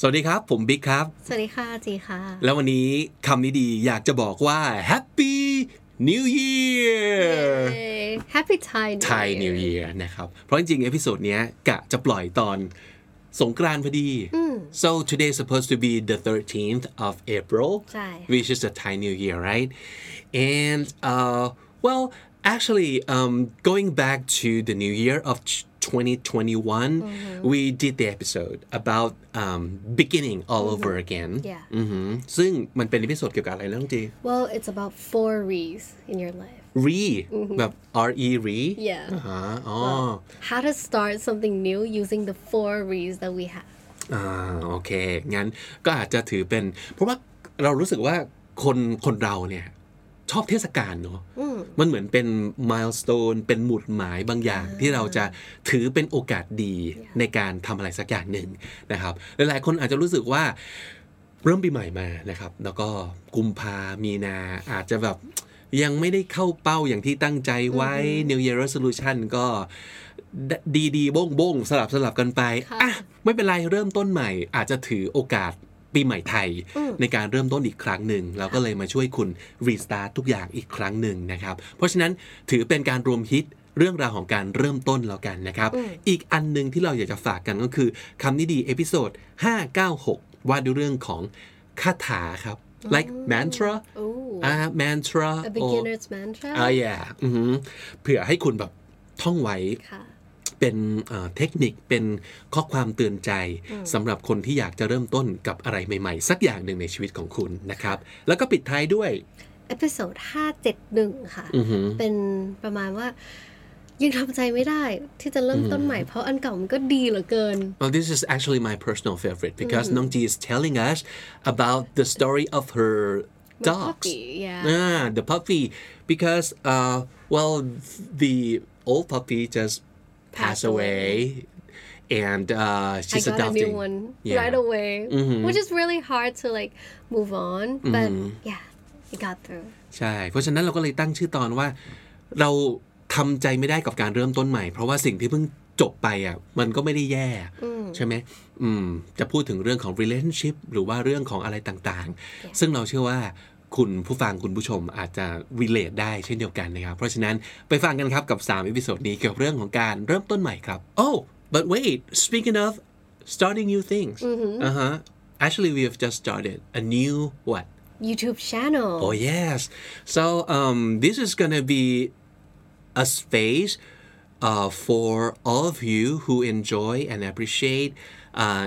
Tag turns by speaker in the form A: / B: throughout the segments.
A: สวัสดีครับ ผมบิ๊กครับ
B: สวัสดีค่ะจีค่ะ
A: แล้ววันนี้คำนี้ดีอยากจะบอกว่า Happy New Year
B: Yay. Happy Thai New
A: Thai New
B: Year
A: Year นะครับ เพราะจริงๆเอพิโซดเนี้ยกะจะปล่อยตอนสงกรานต์พอดี so today is supposed to be the 13th of April
B: ใช่
A: which is the Thai New Year right and uh, well actually um, going back to the New Year of 2021 we did the episode about um, beginning all over again
B: Yeah.
A: อือหือซึ่งมันเป็นเอพิโซดเกี่ยวกับอะไรนะน้องจี
B: Well it's about four re's in your life
A: re แบบ R E re
B: Yeah
A: อ่าอ๋อ
B: How to start something new using the four re's that we have
A: อ่าโอเค งั้นก็อาจจะถือเป็น เพราะว่าเรารู้สึกว่าคนคนเราเนี่ย ชอบเทศกาลเนอะมันเหมือนเป็นม l e s t o n e เป็นหมุดหมายบางอย่าง ที่เราจะถือเป็นโอกาสดีในการทำอะไรสักอย่างหนึ่งนะครับ หลายๆคนอาจจะรู้สึกว่า เริ่มปีใหม่มานะครับ แล้วก็กุมภามีนาอาจจะแบบยังไม่ได้เข้าเป้าอย่างที่ตั้งใจไว้ New Year Resolution ก็ดีดีๆบ้งบ้งๆ สลับสลับกันไป
B: ค่ะ
A: อ่ะไม่เป็นไรเริ่มต้นใหม่ อาจจะถือโอกาสปีใหม่ไทย ในการเริ่มต้นอีกครั้งหนึ่งเราก็เลยมาช่วยคุณรีสตาร์ททุกอย่างอีกครั้งหนึ่งนะครับ เพราะฉะนั้นถือเป็นการรวมฮิตเรื่องราวของการเริ่มต้นแล้วกันนะครับ อีกอันหนึ่งที่เราอยากจะฝากกันก็คือคำนี้ดีเอพิโซด596 ว่าด้วยเรื่องของคาถาครับ like mantra
B: Ooh
A: อ่า mantra
B: A
A: or
B: beginner's mantra
A: อ่า yeah อือหือเผื่อให้คุณแบบท่องไว้
B: ค่ะ
A: เป็นเอ่อเทคนิคเป็นข้อความเตือนใจสำหรับคนที่อยากจะเริ่มต้นกับอะไรใหม่ๆ สักอย่างหนึ่งในชีวิตของคุณนะครับ แล้วก็ปิดท้ายด้วย
B: Episode 571 ค่ะ
A: อือหือ
B: เป็นประมาณว่า ยังทำใจไม่ได้ที่จะเริ่มต้นใหม่ เพราะอันเก่ามันก็ดีเหลือเกิน
A: Well, this is actually my personal favorite because Nong Ji is telling us about the story of her dogs.
B: puppy, yeah.
A: Ah, the puppy. Because, uh, well, the old puppy just passed
B: Passed
A: away. And uh,
B: I
A: she's
B: got a
A: adopting.
B: new one
A: Yeah.
B: right away, which is really hard to like move on. But yeah, I got through.
A: ใช่ เพราะฉะนั้นเราก็เลยตั้งชื่อตอนว่าเราทำใจไม่ได้กับการเริ่มต้นใหม่ เพราะว่าสิ่งที่เพิ่งจบไปอ่ะมันก็ไม่ได้แย่ ใช่ไหมอืม จะพูดถึงเรื่องของ relationship หรือว่าเรื่องของอะไรต่างๆ ซึ่งเราเชื่อว่าคุณผู้ฟังคุณผู้ชมอาจจะ relate ได้เช่นเดียวกันนะครับ เพราะฉะนั้นไปฟังกันครับกับ3 e p i s o d นี้เกี่ยวกับเรื่องของการเริ่มต้นใหม่ครับ oh but wait speaking of starting new things uh huh actually we have just started a new what
B: YouTube channel.
A: Oh yes. So um, this is gonna be a space uh, for all of you who enjoy and appreciate. Uh,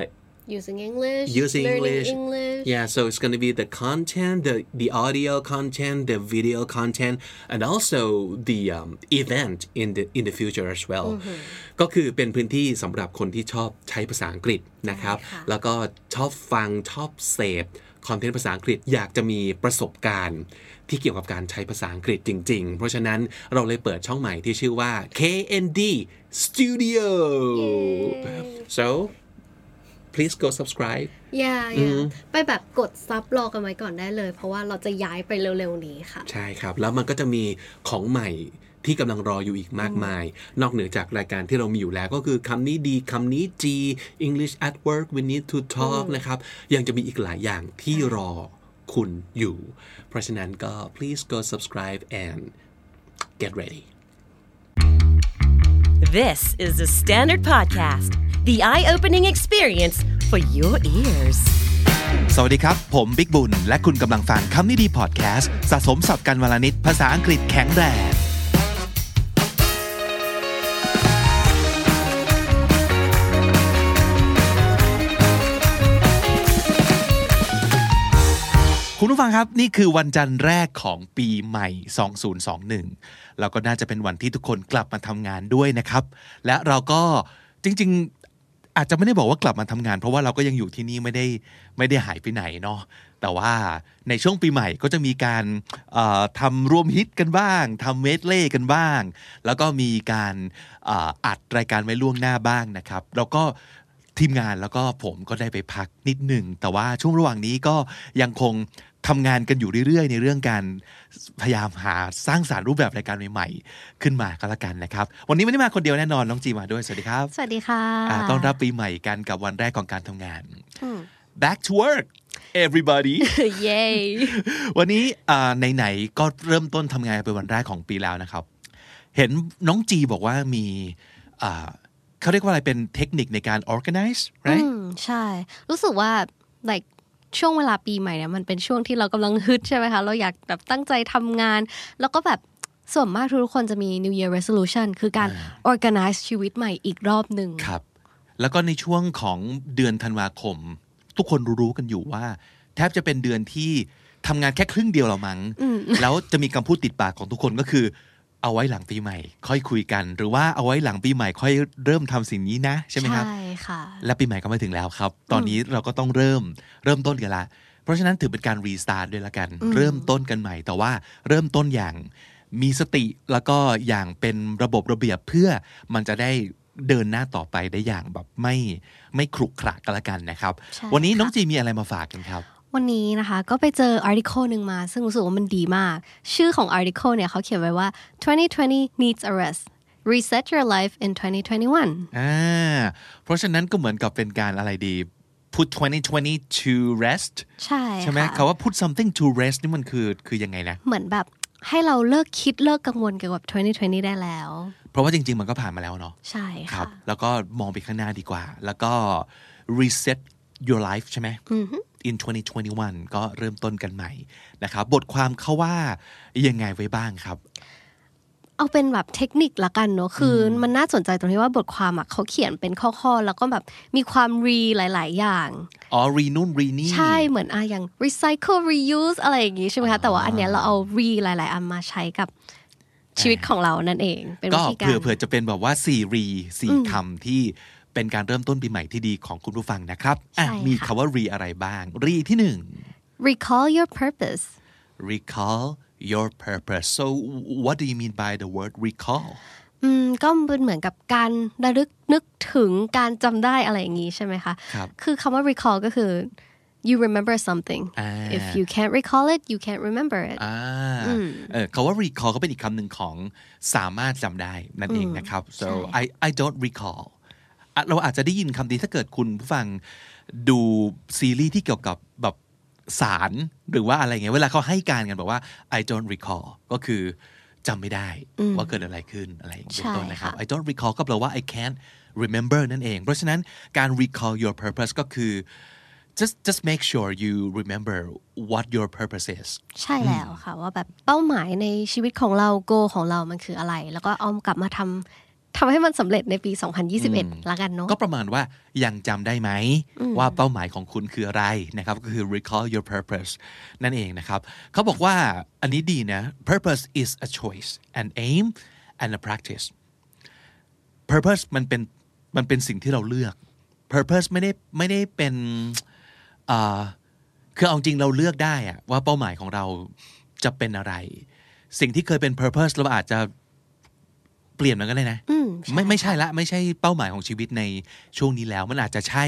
B: Using English,
A: Using
B: learning
A: English.
B: English.
A: yeah, so it's gonna be the content, the the audio content, the video content, and also the um, event in the in the future as well. ก็คือเป็นพื้นที่สำหรับคนที่ชอบใช้ภาษาอังกฤษนะครับ
B: ใช่ค่ะ
A: แล้วก็ชอบฟังชอบเสพคอนเทนต์ภาษาอังกฤษอยากจะมีประสบการณ์ที่เกี่ยวกับการใช้ภาษาอังกฤษจริง ๆ เพราะฉะนั้นเราเลยเปิดช่องใหม่ที่ชื่อว่า KND Studio so please go subscribe
B: yeah, yeah. ไปแบบกดซับรอกันไว้ก่อนได้เลย เพราะว่าเราจะย้ายไปเร็วๆนี้ค่ะ
A: ใช่ครับ แล้วมันก็จะมีของใหม่ที่กำลังรออยู่อีกมากมาย นอกเหนือจากรายการที่เรามีอยู่แล้ว ก็คือคำนี้ดีคำนี้จี English at work we need to talk นะครับ ยังจะมีอีกหลายอย่างที่รอคุณอยู่ เพราะฉะนั้นก็ please go subscribe and get ready
C: This is the Standard Podcast, the eye opening experience for your ears.
D: สวัสดีครับ ผมบิ๊กบุญ และคุณกำลังฟังคำนี้ดีพอดแคสต์สะสมสับกันวลนิดภาษาอังกฤษแข็งแรง คุณผู้ฟังครับ นี่คือวันจันทร์แรกของปีใหม่ 2021 แล้วก็น่าจะเป็นวันที่ทุกคนกลับมาทำงานด้วยนะครับ และเราก็จริง ๆ อาจจะไม่ได้บอกว่ากลับมาทำงาน เพราะว่าเราก็ยังอยู่ที่นี่ไม่ได้ไม่ได้หายไปไหนเนาะแต่ว่าในช่วงปีใหม่ก็จะมีการเอ่อทำรวมฮิตกันบ้างทำเมดเล่กันบ้าง แล้วก็มีการเอ่ออัดรายการไว้ล่วงหน้าบ้างนะครับแล้วก็ ทีมงานแล้วก็ผมก็ได้ไปพักนิดหนึ่ง แต่ว่าช่วงระหว่างนี้ก็ยังคงทำงานกันอยู่เรื่อยๆ ในเรื่องการพยายามหาสร้างสารรค์รูปแบบรายการใหม่ๆ ขึ้นมาก็แล้วกันนะครับ วันนี้ไม่ได้มาคนเดียวแน่นอนน้องจีมาด้วย สวัสดีครับ
B: สวัสดีค่ะ
D: อ่าต้อนรับปีใหม่กันกับวันแรกของการทำงาน
E: back to work everybody
B: Yay
E: วันนี้อ่าไหนๆก็เริ่มต้นทำงานเป็นวันแรกของปีแล้วนะครับ เห็นน้องจีบอกว่ามีอ่าเขาเรียกว่าอะไรเป็นเทคนิคในการ organize right
B: อืมใช่ รู้สึกว่า like ช่วงเวลาปีใหม่เนี่ยมันเป็นช่วงที่เรากำลังฮึดใช่ไหมคะ เราอยากแบบตั้งใจทำงาน แล้วก็แบบส่วนมากทุกๆคนจะมี New Year Resolution คือการ organize ชีวิตใหม่อีกรอบหนึ่ง
E: ครับ แล้วก็ในช่วงของเดือนธันวาคม ทุกคนรู้ๆกันอยู่ว่า แทบจะเป็นเดือนที่ทำงานแค่ครึ่งเดียวเรามัง้ง แล้วจะมีคำพูดติดปากของทุกคนก็คือ เอาไว้หลังปีใหม่ ค่อยคุยกัน หรือว่าเอาไว้หลังปีใหม่ ค่อยเริ่มทำสิ่งนี้นะ ใช่ไหมครับ
B: ใช่ค่ะ
E: และปีใหม่ก็มาถึงแล้วครับ ตอนนี้เราก็ต้องเริ่มเริ่มต้นกันละ เพราะฉะนั้นถือเป็นการรีสตาร์ทด้วยละกัน เริ่มต้นกันใหม่ แต่ว่าเริ่มต้นอย่างมีสติแล้วก็อย่างเป็นระบบระเบียบเพื่อมันจะได้เดินหน้าต่อไปได้อย่างแบบไม่ไม่ขรุขระกันละกันนะครับ
B: ใช่
E: วันนี้น้อง
B: ค่ะ
E: จีมีอะไรมาฝากกันครับ
B: วันนี้นะคะ ก็ไปเจอ article หนึ่งมา ซึ่งรู้สึกว่ามันดีมาก ชื่อของ article เนี่ยเขาเขียนไว้ว่า 2020 needs a rest reset your life in 2021
E: อ่า เพราะฉะนั้นก็เหมือนกับเป็นการอะไรดี put 2020 to rest
B: ใช่
E: ใช่ไหม
B: ค่ะ
E: คำว่า put something to rest นี่มันคือคือยังไงนะ
B: เหมือนแบบให้เราเลิกคิดเลิกกังวลเกี่ยวกับ 2020 ได้แล้ว
E: เพราะว่าจริง ๆ มันก็ผ่านมาแล้วเนาะ
B: ใช่
E: ค
B: ค่ะ
E: รับแล้วก็มองไปข้างหน้าดีกว่า แล้วก็ reset your life ใช่ไหม in 2021 ก็เริ่มต้นกันใหม่นะครับ บทความเขาว่ายังไงไว้บ้างครับ
B: เอาเป็นแบบเทคนิคละกันเนอะคือมันน่าสนใจตรงที่ว่าบทความอะเขาเขียนเป็นข้อๆ แล้วก็แบบมีความรีหลาย ๆ อย่าง
E: อ๋อ รีนู่นรีนี่
B: ใช่เหมือนอะอย่าง recycle reuse อะไรอย่างงี้ใช่ไหมคะ แต่ว่าอันเนี้ยเราเอารีหลาย ๆ อันมาใช้กับชีวิตของเรานั่นเอง เป็นวิ
E: ก็
B: ธีการ
E: เผื่อเผื่อจะเป็นแบบว่า 4 รี 4คำที่เป็นการเริ่มต้นปีใหม่ที่ดีของคุณผู้ฟังนะครับอ่ะ
B: ใช่ค่ะ
E: มีคำว่ารีอะไรบ้าง รีที่หนึ่ง
B: recall your purpose
E: recall your purpose so what do you mean by the word recall
B: อืมก็เป็นเหมือนกับการระลึกนึกถึงการจำได้อะไรอย่างนี้ใช่ไหมคะ
E: ครับ
B: คือคำว่า recall ก็คือ you remember something
E: อ่า
B: if you can't recall it you can't remember it
E: อ่าเออคำว่า recall ก็เป็นอีกคำหนึ่งของสามารถจำได้นั่นเองนะครับ so I I don't recall อ่ะเราอาจจะได้ยินคำนี้ถ้าเกิดคุณผู้ฟังดูซีรีส์ที่เกี่ยวกับแบบสารหรือว่าอะไรเงี้ยเวลาเขาให้การกันบอกว่า I don't recall ก็คือจำไม่ได้ว่าเกิดอะไรขึ้นอะไรอย่างเงี้ยเป็นต้นนะครับ
B: ใช่ค่ะ
E: I don't recall ก็แปลว่า I can't remember นั่นเอง เพราะฉะนั้นการ recall your purpose ก็คือ just just make sure you remember what your purpose is
B: ใช่แล้วค่ะ ว่าแบบเป้าหมายในชีวิตของเรา goal ของเรามันคืออะไร แล้วก็เอากลับมาทำทำให้มันสำเร็จในปี 2021 ละกันเนาะ
E: ก็ประมาณว่ายังจำได้ไหม ว่าเป้าหมายของคุณคืออะไรนะครับ ก็คือ recall your purpose นั่นเองนะครับ เขาบอกว่าอันนี้ดีนะ purpose is a choice an aim and a practice purpose มันเป็นมันเป็นสิ่งที่เราเลือก purpose ไม่ได้ไม่ได้เป็นเอ่อคือเอาจริงเราเลือกได้อะว่าเป้าหมายของเราจะเป็นอะไร สิ่งที่เคยเป็น purpose เราอาจจะเปลี่ยนมันก็ได้นะ
B: อืมใช่
E: ไม่ไม่ใช่ละไม่ใช่เป้าหมายของชีวิตในช่วงนี้แล้ว มันอาจจะใช่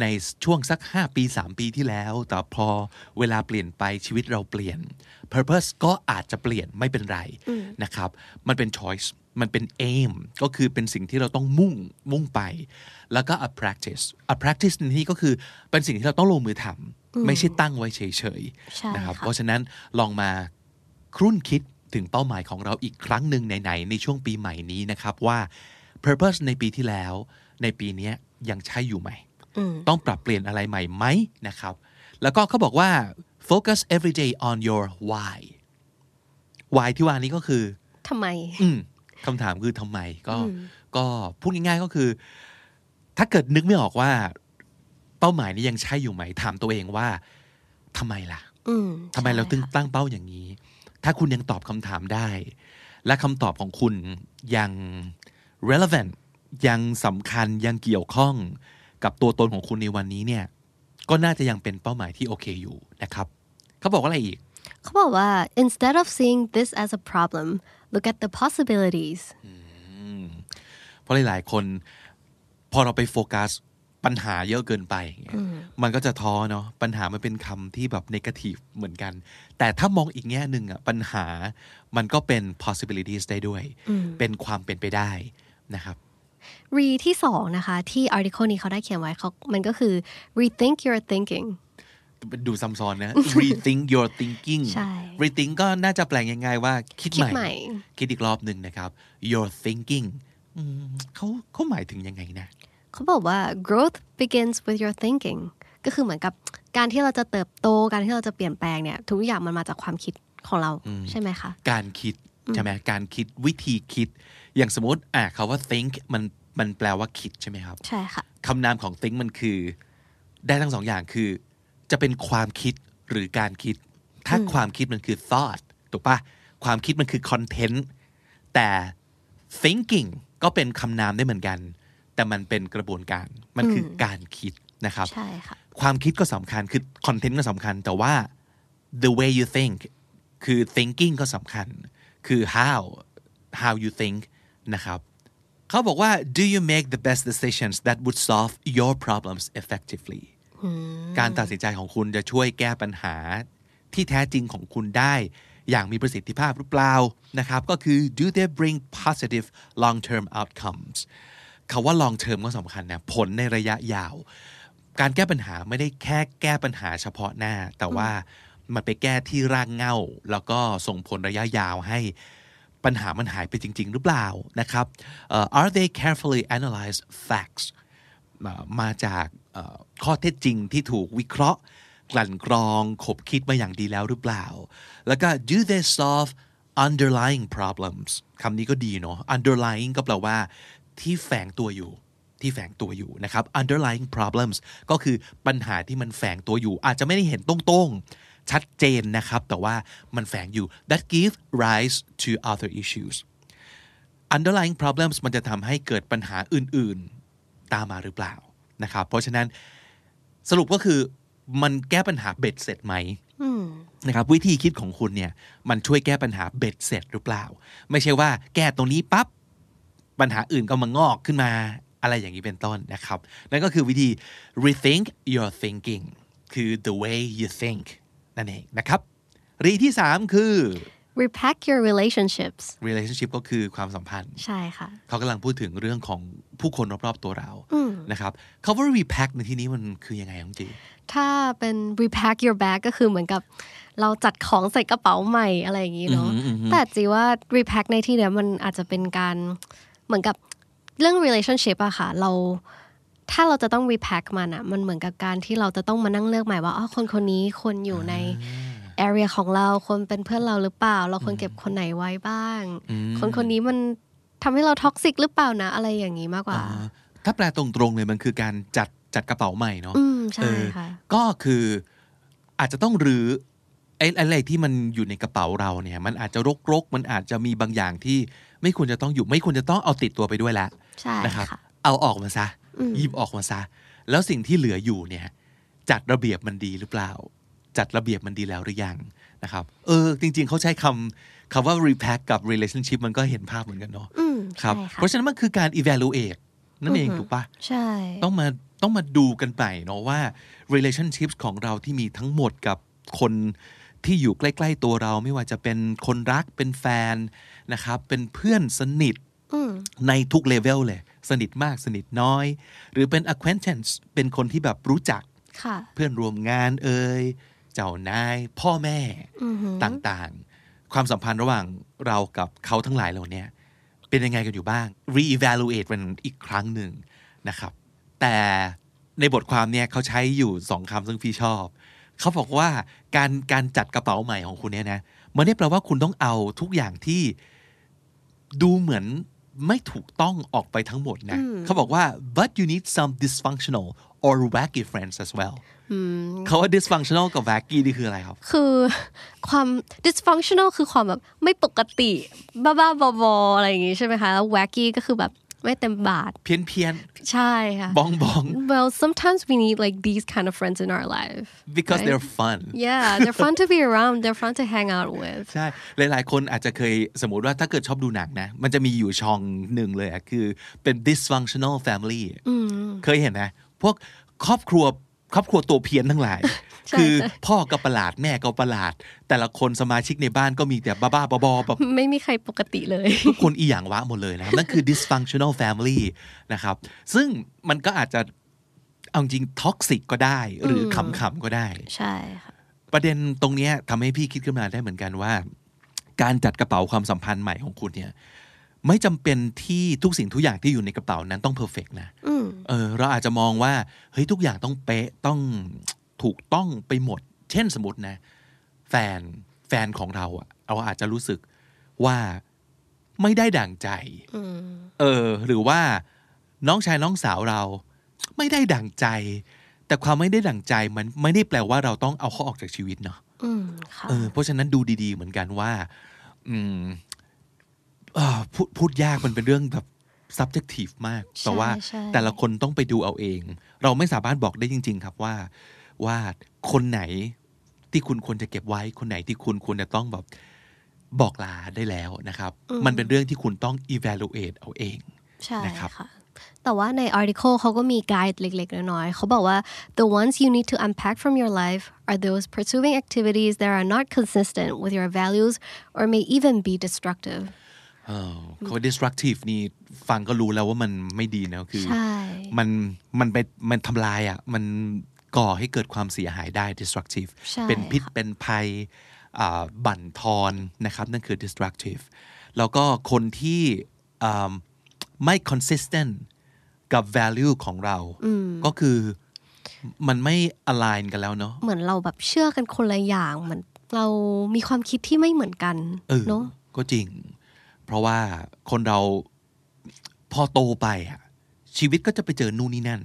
E: ในช่วงสัก 5 ปี 3 ปีที่แล้ว แต่พอเวลาเปลี่ยนไปชีวิตเราเปลี่ยน purpose ก็อาจจะเปลี่ยนไม่เป็นไรนะครับ มันเป็น choice มันเป็น aim ก็คือเป็นสิ่งที่เราต้องมุ่งมุ่งไป แล้วก็ a practice a practice ในที่นี้ก็คือเป็นสิ่งที่เราต้องลงมือทำไม่ใช่ตั้งไว้เฉย
B: ใช่
E: ๆนะครับ
B: ค่ะ
E: เพราะฉะนั้นลองมา ครุ่นคิดถึงเป้าหมายของเราอีกครั้งหนึ่งไหนๆในช่วงปีใหม่นี้นะครับว่า Purpose ในปีที่แล้ว ในปีเนี้ยยังใช่อยู่ไหม
B: อืม
E: ต้องปรับเปลี่ยนอะไรใหม่ไหมนะครับ แล้วก็เขาบอกว่า focus every day on your why why ที่ว่านี้ก็คือ
B: ทำไม
E: อืมคำถามคือทำไมก็ก็พูดง่ายๆก็คือ ถ้าเกิดนึกไม่ออกว่า เป้าหมายนี้ยังใช่อยู่ไหม ถามตัวเองว่าทำไมล่ะ
B: อืม
E: ทำไมเรา
B: ใช่
E: ตึง
B: ค่ะ
E: ตั้งเป้าอย่างนี้ ถ้าคุณยังตอบคำถามได้ และคำตอบของคุณยัง relevant ยังสำคัญยังเกี่ยวข้องกับตัวตนของคุณในวันนี้เนี่ย ก็น่าจะยังเป็นเป้าหมายที่โอเคอยู่นะครับ เขาบอกว่าอะไรอีก
B: เขาบอกว่า instead of seeing this as a problem look at the possibilities
E: เพราะหลายๆคนพอเราไปโฟกัสปัญหาเยอะเกินไปอย่างเงี้ยมันก็จะท้อเนาะปัญหามันเป็นคำที่แบบนกาทีฟเหมือนกัน แต่ถ้ามองอีกแง่หนึ่งอะปัญหามันก็เป็น possibilities ได้ด้วย เป็นความเป็นไปได้นะครับ
B: รีที่สองนะคะ ที่ article นี้เขาได้เขียนไว้เขามันก็คือ rethink your thinking
E: ดูซ้ำซ้อน นะ rethink your thinking
B: ใช่
E: rethink ก็น่าจะแปลงง่ายๆว่าคิด
B: คิด
E: ให
B: ให
E: ม่
B: ม่
E: คิดอีกรอบหนึ่งนะครับ your thinking อืมเขาเขาหมายถึงยังไงนะ
B: เขาบอกว่า growth begins with your thinking ก็คือเหมือนกับการที่เราจะเติบโต การที่เราจะเปลี่ยนแปลงเนี่ย ทุกอย่างมันมาจากความคิดของเราใช่ไหมคะ
E: การคิดใช่ไหมการคิดวิธีคิด อย่างสมมติอ่ะคาว่า think มันมันแปลว่าคิดใช่ไหมครับ
B: ใช่ค่ะ
E: คำนามของ think มันคือ ได้ทั้งสองอย่างคือ จะเป็นความคิดหรือการคิด ถ้าความคิดมันคือ thought ถูกปะความคิดมันคือ content แต่ thinking ก็เป็นคำนามได้เหมือนกัน แต่มันเป็นกระบวนการมันคือการคิดนะครับ
B: ใช่ค่ะ
E: ความคิดก็สำคัญ คือคอนเทนต์ก็สำคัญ แต่ว่า the way you think คือ thinking ก็สำคัญ คือ how how you think นะครับ เขาบอกว่า do you make the best decisions that would solve your problems effectively การตัดสินใจของคุณจะช่วยแก้ปัญหา ที่แท้จริงของคุณได้ อย่างมีประสิทธิภาพหรือเปล่านะครับ ก็คือ do they bring positive long term outcomes คาว่า long term ก็สำคัญนะผลในระยะยาว การแก้ปัญหาไม่ได้แค่แก้ปัญหาเฉพาะหน้า แต่ว่ามันไปแก้ที่รากเหง้า แล้วก็ส่งผลระยะยาวให้ ปัญหามันหายไปจริง ๆ หรือเปล่านะครับเอ่อ are they carefully analyzed facts เอ่อมาจากเอ่อข้อเท็จจริงที่ถูกวิเคราะห์ กลั่นกรองขบคิดมาอย่างดีแล้วหรือเปล่า แล้วก็ do they solve underlying problems คำนี้ก็ดีเนาะ underlying ก็แปลว่า ที่แฝงตัวอยู่ ที่แฝงตัวอยู่นะครับ underlying problems ก็คือปัญหาที่มันแฝงตัวอยู่ อาจจะไม่ได้เห็นตรงๆ ชัดเจนนะครับ แต่ว่ามันแฝงอยู่ that give rise to other issues underlying problems มันจะทำให้เกิดปัญหาอื่นๆ ตามมาหรือเปล่านะครับ เพราะฉะนั้นสรุปก็คือมันแก้ปัญหาเบ็ดเสร็จไหม
B: อืม
E: นะครับวิธีคิดของคุณเนี่ยมันช่วยแก้ปัญหาเบ็ดเสร็จหรือเปล่า ไม่ใช่ว่าแก้ตรงนี้ปั๊บปัญหาอื่นก็มางอกขึ้นมาอะไรอย่างนี้เป็นต้นนะครับ นั่นก็คือวิธี rethink your thinking คือ the way you think นั่นเองนะครับ รีที่ 3 คือ
B: repack your relationships
E: relationship ก็คือความสัมพันธ์
B: ใช่ค่ะ
E: เขากำลังพูดถึงเรื่องของผู้คนรอบๆตัวเรา
B: อืม
E: นะครับคาว่า repack ในที่นี้มันคือยังไงครับจี
B: ถ้าเป็น repack your bag ก็คือเหมือนกับเราจัดของใส่กระเป๋าใหม่อะไรอย่างนี้เนาะ
E: อืมอืมอืม
B: แต่จีว่า repack ในที่เนี้ยมันอาจจะเป็นการเหมือนกับเรื่อง relationship อะค่ะ เรา ถ้าเราจะต้อง repack มันอะมันเหมือนกับการที่เราจะต้องมานั่งเลือกใหม่ว่าอ๋อคนคนนี้คนอยู่ใน area ของเราคนเป็นเพื่อนเราหรือเปล่า เราควรเก็บคนไหนไว้บ้าง คนคนนี้มันทำให้เราท็อกซิกหรือเปล่านะ อะไรอย่างนี้มากกว่า
E: อ่าถ้าแปลตรงๆเลยมันคือการจัดจัดกระเป๋าใหม่เนาะ
B: อืมใช่
E: เออ
B: ค่ะ
E: ก็คืออาจจะต้องรื้อไอ้อะไรที่มันอยู่ในกระเป๋าเราเนี่ย มันอาจจะรกๆ มันอาจจะมีบางอย่างที่ไม่ควรจะต้องอยู่ ไม่ควรจะต้องเอาติดตัวไปด้วยละ
B: ใช่
E: นะครับ
B: ค่ะ
E: เอาออกมาซะ
B: อืม
E: หยิบออกมาซะ แล้วสิ่งที่เหลืออยู่เนี่ย จัดระเบียบมันดีหรือเปล่า จัดระเบียบมันดีแล้วหรือยังนะครับ เออ จริง ๆ เขาใช้คำคำว่า repack กับ relationship มันก็เห็นภาพเหมือนกันเนาะ
B: อืม
E: ครับ
B: ใช่
E: เพราะฉะนั้นมันคือการ evaluate นั่นเองถูกปะ
B: ใช่
E: ต้องมาต้องมาดูกันไปเนาะว่า relationships ของเราที่มีทั้งหมดกับคนที่อยู่ใกล้ ๆ ตัวเราไม่ว่าจะเป็นคนรักเป็นแฟนนะครับ เป็นเพื่อนสนิท
B: อืม
E: ในทุกเลเวลเลย สนิทมากสนิทน้อย หรือเป็น acquaintance เป็นคนที่แบบรู้จัก
B: ค่ะ
E: เพื่อนร่วมงานเอ่ยเจ้านาย พ่อแม่
B: อือหือ
E: ต่างๆ ความสัมพันธ์ระหว่างเรากับเขาทั้งหลายเหล่าเนี้ย เป็นยังไงกันอยู่บ้าง re-evaluate มันอีกครั้งหนึ่งนะครับ แต่ในบทความเนี่ยเขาใช้อยู่สองคำซึ่งพี่ชอบ เขาบอกว่าการการจัดกระเป๋าใหม่ของคุณเนี่ยนะมันไม่ได้แปลว่าคุณต้องเอาทุกอย่างที่ดูเหมือนไม่ถูกต้องออกไปทั้งหมดนะเขาบอกว่า but you need some dysfunctional or wacky friends as well เขาว่า dysfunctional กับ wacky นี่คืออะไรครับ
B: คือ ความ dysfunctional คือความแบบไม่ปกติ บ้าๆบอๆอะไรอย่างงี้ใช่ไหมคะแล้ว wacky ก็คือแบบไม่เต็มบาท
E: เพี้ยนเพียน
B: ใช่ค่ะ
E: บองบอง
B: Well sometimes we need like these kind of friends in our life
E: because they're fun
B: Yeah they're fun to be around they're fun to hang out with
E: ใช่ หลาย ๆ คนอาจจะเคยสมมติว่าถ้าเกิดชอบดูหนังนะ มันจะมีอยู่ช่องหนึ่งเลยอะคือเป็น dysfunctional family เคยเห็นนะ พวกครอบครัว ครอบครัวตัวเพี้ยนทั้งหลาย
B: ใช่
E: คือพ่อก็ประหลาดแม่ก็ประหลาด แต่ละคนสมาชิกในบ้านก็มีแต่บ้าๆบอๆแบบ
B: ไม่มีใครปกติเลย
E: ทุกคนอีหยางวะหมดเลยนะครับ นั่นคือ dysfunctional family นะครับ ซึ่งมันก็อาจจะเอาจริงท็อกซิกก็ได้ หรืออขำๆก็ได้
B: ใช่ค่ะ
E: ประเด็นตรงเนี้ยทำให้พี่คิดขึ้นมาได้เหมือนกันว่า การจัดกระเป๋าความสัมพันธ์ใหม่ของคุณเนี่ย ไม่จำเป็นที่ทุกสิ่งทุกอย่างที่อยู่ในกระเป๋านั้นต้องเพอร์เฟกนะ
B: อืม
E: เออเราอาจจะมองว่าเฮ้ยทุกอย่างต้องเป๊ะต้องถูกต้องไปหมด เช่นสมมตินะ แฟนแฟนของเราอะเราอาจจะรู้สึกว่าไม่ได้ดั่งใจ
B: อืม
E: เออหรือว่าน้องชายน้องสาวเราไม่ได้ดั่งใจ แต่ความไม่ได้ดั่งใจมันไม่ได้แปลว่าเราต้องเอาเขาออกจากชีวิตเนาะ
B: อืม ค่ะ
E: เออเพราะฉะนั้นดูดีๆ เหมือนกันว่า อืมเอ่อพูดพูดยากมันเป็นเรื่องแบบ subjective มาก แต่ว่า
B: ใช่
E: แต่ละคนต้องไปดูเอาเอง เราไม่สามารถบอกได้จริง ๆ ครับว่า ว่าคนไหนที่คุณควรจะเก็บไว้ คนไหนที่คุณควรจะต้องแบบบอกลาได้แล้วนะครับ มันเป็นเรื่องที่คุณต้อง evaluate เอาเอง
B: ใช่
E: นะครับ
B: ค่ะ แต่ว่าใน article เขาก็มี guide เล็ก ๆ น้อยๆเขาบอกว่า the ones you need to unpack from your life are those pursuing activities that are not consistent with your values or may even be destructive
E: เออคำว่า destructive นี่ฟังก็รู้แล้วว่ามันไม่ดีนะคือ
B: ใช่
E: มันมันไปมันทำลายอ่ะมันก่อให้เกิดความเสียหายได้ destructive
B: ใช่
E: เป็นพิษ
B: ค่ะ
E: เป็นภัยอ่าบั่นทอนนะครับ นั่นคือ destructive แล้วก็คนที่อ่าไม่ consistent กับ value ของเรา ก็คือมันไม่ align กันแล้วเนาะ
B: เหมือนเราแบบเชื่อกันคนละอย่างเหมือนเรามีความคิดที่ไม่เหมือนกัน
E: เออ
B: เนาะ
E: ก็จริง เพราะว่าคนเราพอโตไปอะชีวิตก็จะไปเจอนู่นนี่นั่น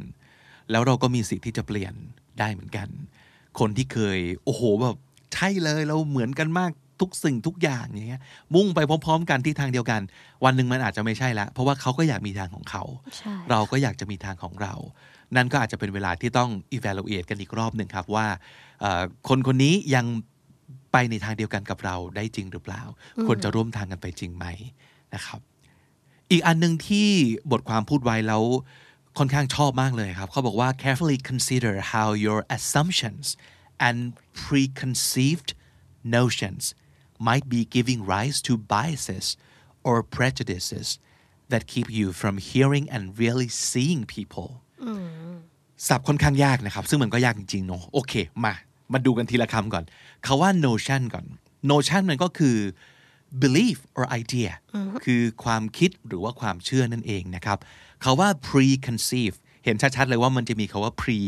E: แล้วเราก็มีสิทธิ์ที่จะเปลี่ยนได้เหมือนกัน คนที่เคย โอ้โหแบบใช่เลยเราเหมือนกันมากทุกสิ่งทุกอย่างอย่างเงี้ย มุ่งไปพร้อม ๆ กันที่ทางเดียวกัน วันหนึ่งมันอาจจะไม่ใช่ละเพราะว่าเขาก็อยากมีทางของเขา
B: ใช่
E: เราก็อยากจะมีทางของเรา นั่นก็อาจจะเป็นเวลาที่ต้อง evaluate กันอีกรอบหนึ่งครับว่าเอ่อคนคนนี้ยังไปในทางเดียวกันกับเราได้จริงหรือเปล่า ควรจะร่วมทางกันไปจริงไหมนะครับ อีกอันหนึ่งที่บทความพูดไว้แล้วค่อนข้างชอบมากเลยครับเขาบอกว่า carefully consider how your assumptions and preconceived notions might be giving rise to biases or prejudices that keep you from hearing and really seeing people สับค่อนข้างยากนะครับ ซึ่งมันก็ยากจริงๆเนอะโอเค มา มาดูกันทีละคำก่อนคาว่า notion ก่อน notion มันก็คือ belief or idea คือความคิดหรือว่าความเชื่อนั่นเองนะครับคาว่า preconceived เห็นชัดๆ เลยว่ามันจะมีคาว่า pre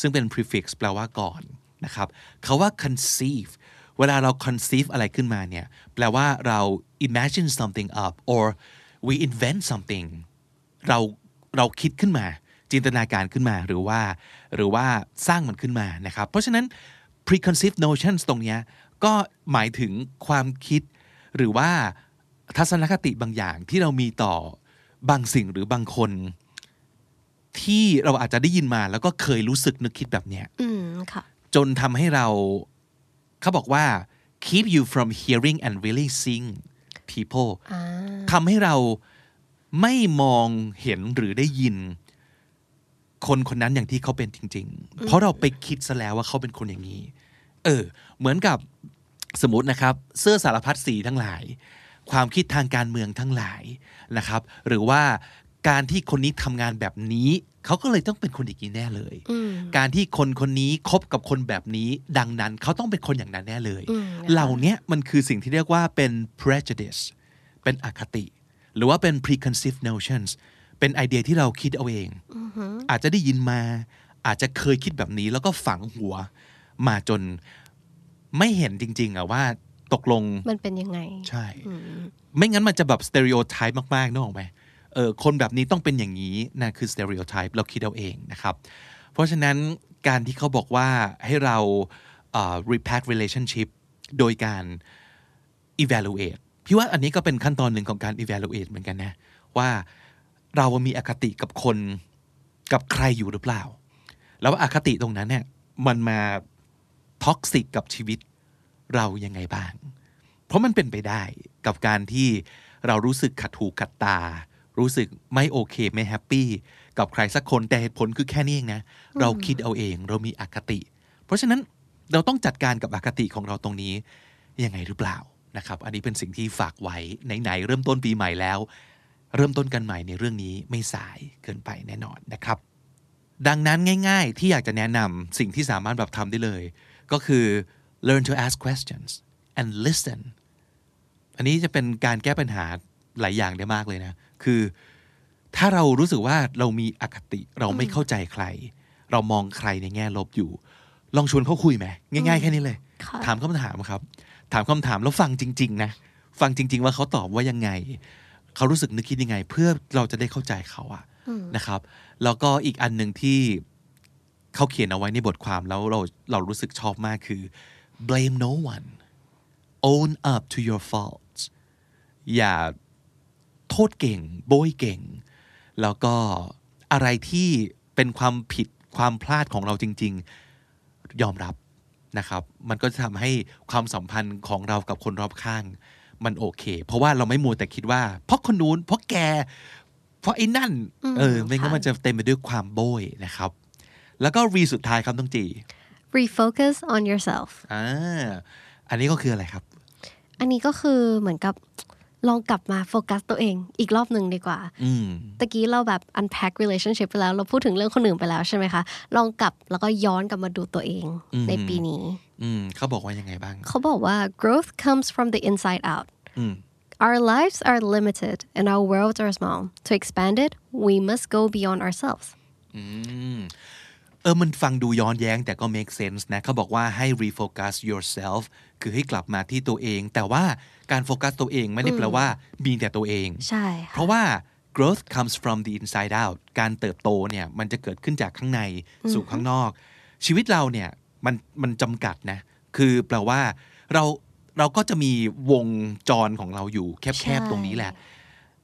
E: ซึ่งเป็น prefix แปลว่าก่อนนะครับคาว่า conceive เวลาเรา conceive อะไรขึ้นมาเนี่ย แปลว่าเรา imagine something up or we invent something เราเราคิดขึ้นมา จินตนาการขึ้นมาหรือว่า หรือว่าสร้างมันขึ้นมานะครับ เพราะฉะนั้น preconceived notions ตรงเนี้ยก็หมายถึงความคิด หรือว่าทัศนคติบางอย่างที่เรามีต่อบางสิ่งหรือบางคน ที่เราอาจจะได้ยินมาแล้วก็เคยรู้สึกนึกคิดแบบเนี้ย
B: อืม ค่ะ
E: จนทำให้เราเขาบอกว่า keep you from hearing and really seeing people ทำให้เราไม่มองเห็นหรือได้ยิน คนคนนั้นอย่างที่เขาเป็นจริง ๆ เพราะเราไปคิดซะแล้วว่าเขาเป็นคนอย่างนี้ เออ เหมือนกับสมมตินะครับ เสื้อสารพัดสีทั้งหลาย ความคิดทางการเมืองทั้งหลายนะครับ หรือว่าการที่คนนี้ทำงานแบบนี้ เขาก็เลยต้องเป็นคนอย่างนี้แน่เลย การที่คนคนนี้คบกับคนแบบนี้ ดังนั้นเขาต้องเป็นคนอย่างนั้นแน่เลย
B: อืมนะคะ
E: เหล่าเนี้ยมันคือสิ่งที่เรียกว่าเป็น prejudice เป็นอคติ หรือว่าเป็น preconceived notions เป็นไอเดียที่เราคิดเอาเอง อาจจะได้ยินมา อาจจะเคยคิดแบบนี้แล้วก็ฝังหัว มาจนไม่เห็นจริง ๆอะว่าตกลง
B: มันเป็นยังไง
E: ใช่ ไม่งั้นมันจะแบบสเตอริโอไทป์มาก ๆนึกออกไหมเออคนแบบนี้ต้องเป็นอย่างนี้นะคือสเตอริโอไทป์เราคิดเอาเองนะครับ เพราะฉะนั้นการที่เขาบอกว่าให้เราเอ่อ repack relationship โดยการ evaluate พี่ว่าอันนี้ก็เป็นขั้นตอนหนึ่งของการ evaluate เหมือนกันนะ ว่าเรามีอคติกับคนกับใครอยู่หรือเปล่า แล้วอคติตรงนั้นเนี่ยมันมาท็อกซิกกับชีวิตเรายังไงบ้าง เพราะมันเป็นไปได้กับการที่เรารู้สึกขัดหูขัดตา รู้สึกไม่โอเค ไม่แฮปปี้ กับใครสักคนแต่เหตุผลคือแค่นี้เองนะ เราคิดเอาเองเรามีอคติ เพราะฉะนั้นเราต้องจัดการกับอคติของเราตรงนี้ ยังไงหรือเปล่านะครับ อันนี้เป็นสิ่งที่ฝากไว้ไหนๆเริ่มต้นปีใหม่แล้ว เริ่มต้นกันใหม่ในเรื่องนี้ไม่สายเกินไปแน่นอนนะครับ ดังนั้นง่าย ๆ ที่อยากจะแนะนำสิ่งที่สามารถแบบทำได้เลย ก็คือ learn to ask questions and listen อันนี้จะเป็นการแก้ปัญหาหลายอย่างได้มากเลยนะ คือ ถ้าเรารู้สึกว่าเรามีอคติเราไม่เข้าใจใคร เรามองใครในแง่ลบอยู่ ลองชวนเขาคุยไหมง่าย ๆ แค่นี้เลย
B: ค่ะ
E: ถามคำถามครับ ถามคำถามแล้วฟังจริง ๆ นะ ฟังจริง ๆ ว่าเขาตอบว่ายังไง เขารู้สึกนึกคิดยังไง เพื่อเราจะได้เข้าใจเขาอะนะครับ แล้วก็อีกอันหนึ่งที่ เขาเขียนเอาไว้ในบทความแล้วเราเรารู้สึกชอบมากคือ blame no one own up to your faults อย่าโทษเก่ง โบยเก่ง แล้วก็อะไรที่เป็นความผิดความพลาดของเราจริง ๆ ยอมรับนะครับ มันก็จะทำให้ความสัมพันธ์ของเรากับคนรอบข้าง มันโอเค เพราะว่าเราไม่มัวแต่คิดว่า เพราะคนนู้นเพราะแก เพราะไอ้นั่น
B: อืม
E: เออ ไม่งั้น
B: ค่ะ
E: มันจะเต็มไปด้วยความโบยนะครับ แล้วก็รีสุดท้ายครับต้องจี
B: refocus on yourself
E: อ่า อันนี้ก็คืออะไรครับ
B: อันนี้ก็คือเหมือนกับลองกลับมาโฟกัสตัวเองอีกรอบหนึ่งดีกว่า
E: อืม
B: ตะกี้เราแบบ unpack relationship ไปแล้ว เราพูดถึงเรื่องคนอื่นไปแล้วใช่ไหมคะ ลองกลับแล้วก็ย้อนกลับมาดูตัวเอง
E: อืม
B: ในปีนี้
E: อืม เขาบอกว่ายังไงบ้าง
B: เขาบอกว่า growth comes from the inside out
E: อืม
B: our lives are limited and our worlds are small to expand it we must go beyond ourselves
E: อืม เออ มันฟังดูย้อนแย้งแต่ก็ make sense นะ เขาบอกว่าให้ refocus yourself คือให้กลับมาที่ตัวเอง แต่ว่าการโฟกัสตัวเองไม่ได้แปลว่ามีแต่ตัวเอง
B: ใช่ค่ะ
E: เพราะว่า growth comes from the inside out การเติบโตเนี่ยมันจะเกิดขึ้นจากข้างในสู่ข้างนอก ชีวิตเราเนี่ยมันมันจำกัดนะ คือแปลว่าเราเราก็จะมีวงจรของเราอยู่
B: ใช่
E: แคบๆตรงนี้แหละ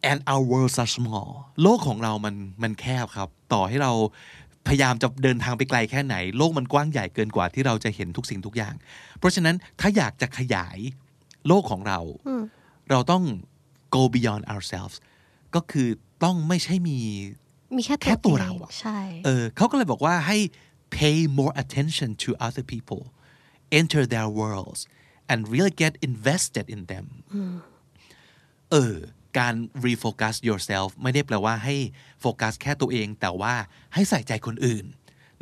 E: and our worlds are small โลกของเรามันมันแคบครับ ต่อให้เราพยายามจะเดินทางไปไกลแค่ไหน โลกมันกว้างใหญ่เกินกว่าที่เราจะเห็นทุกสิ่งทุกอย่าง เพราะฉะนั้นถ้าอยากจะขยายโลกของเรา เราต้อง go beyond ourselves ก็คือต้องไม่ใช่มี
B: มีแค่
E: แค่ตัวเรา
B: อง
E: อะ
B: ใช่
E: เออเขาก็เลยบอกว่าให้ pay more attention to other people enter their worlds and really get invested in them เออ การ refocus yourself ไม่ได้แปลว่าให้โฟกัสแค่ตัวเอง แต่ว่าให้ใส่ใจคนอื่น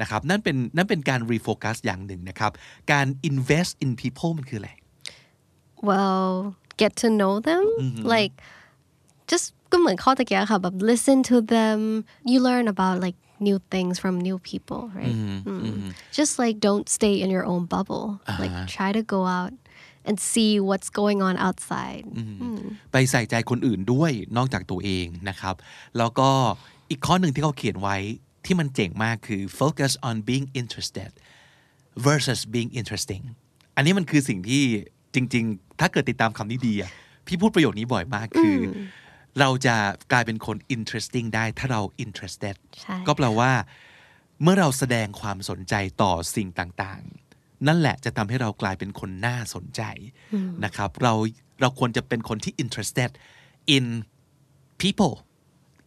E: นะครับ นั่นเป็นนั่นเป็นการ refocus อย่างหนึ่งนะครับ การ invest in people มันคืออะไร
B: เรา get to know them
E: Mm-hmm.
B: like just ก็เหมือนข้อตะเกียค่ะแบบ listen to them you learn about like new things from new people right
E: Mm-hmm.
B: อืม just like don't stay in your own bubble
E: Uh-huh.
B: like try to go out and see what's going on outside
E: Mm-hmm. ไปใส่ใจคนอื่นด้วยนอกจากตัวเองนะครับ แล้วก็อีกข้อหนึ่งที่เขาเขียนไว้ที่มันเจ๋งมากคือ focus on being interested versus being interesting อันนี้มันคือสิ่งที่จริง ๆ ถ้าเกิดติดตามคำนี้ดีอะพี่พูดประโยคนี้บ่อยมากคืออเราจะกลายเป็นคน interesting ได้ถ้าเรา interested
B: ใช่
E: ก็แปลว่า เมื่อเราแสดงความสนใจต่อสิ่งต่างๆ นั่นแหละจะทำให้เรากลายเป็นคนน่าสนใจนะครับ เราเราควรจะเป็นคนที่ interested in people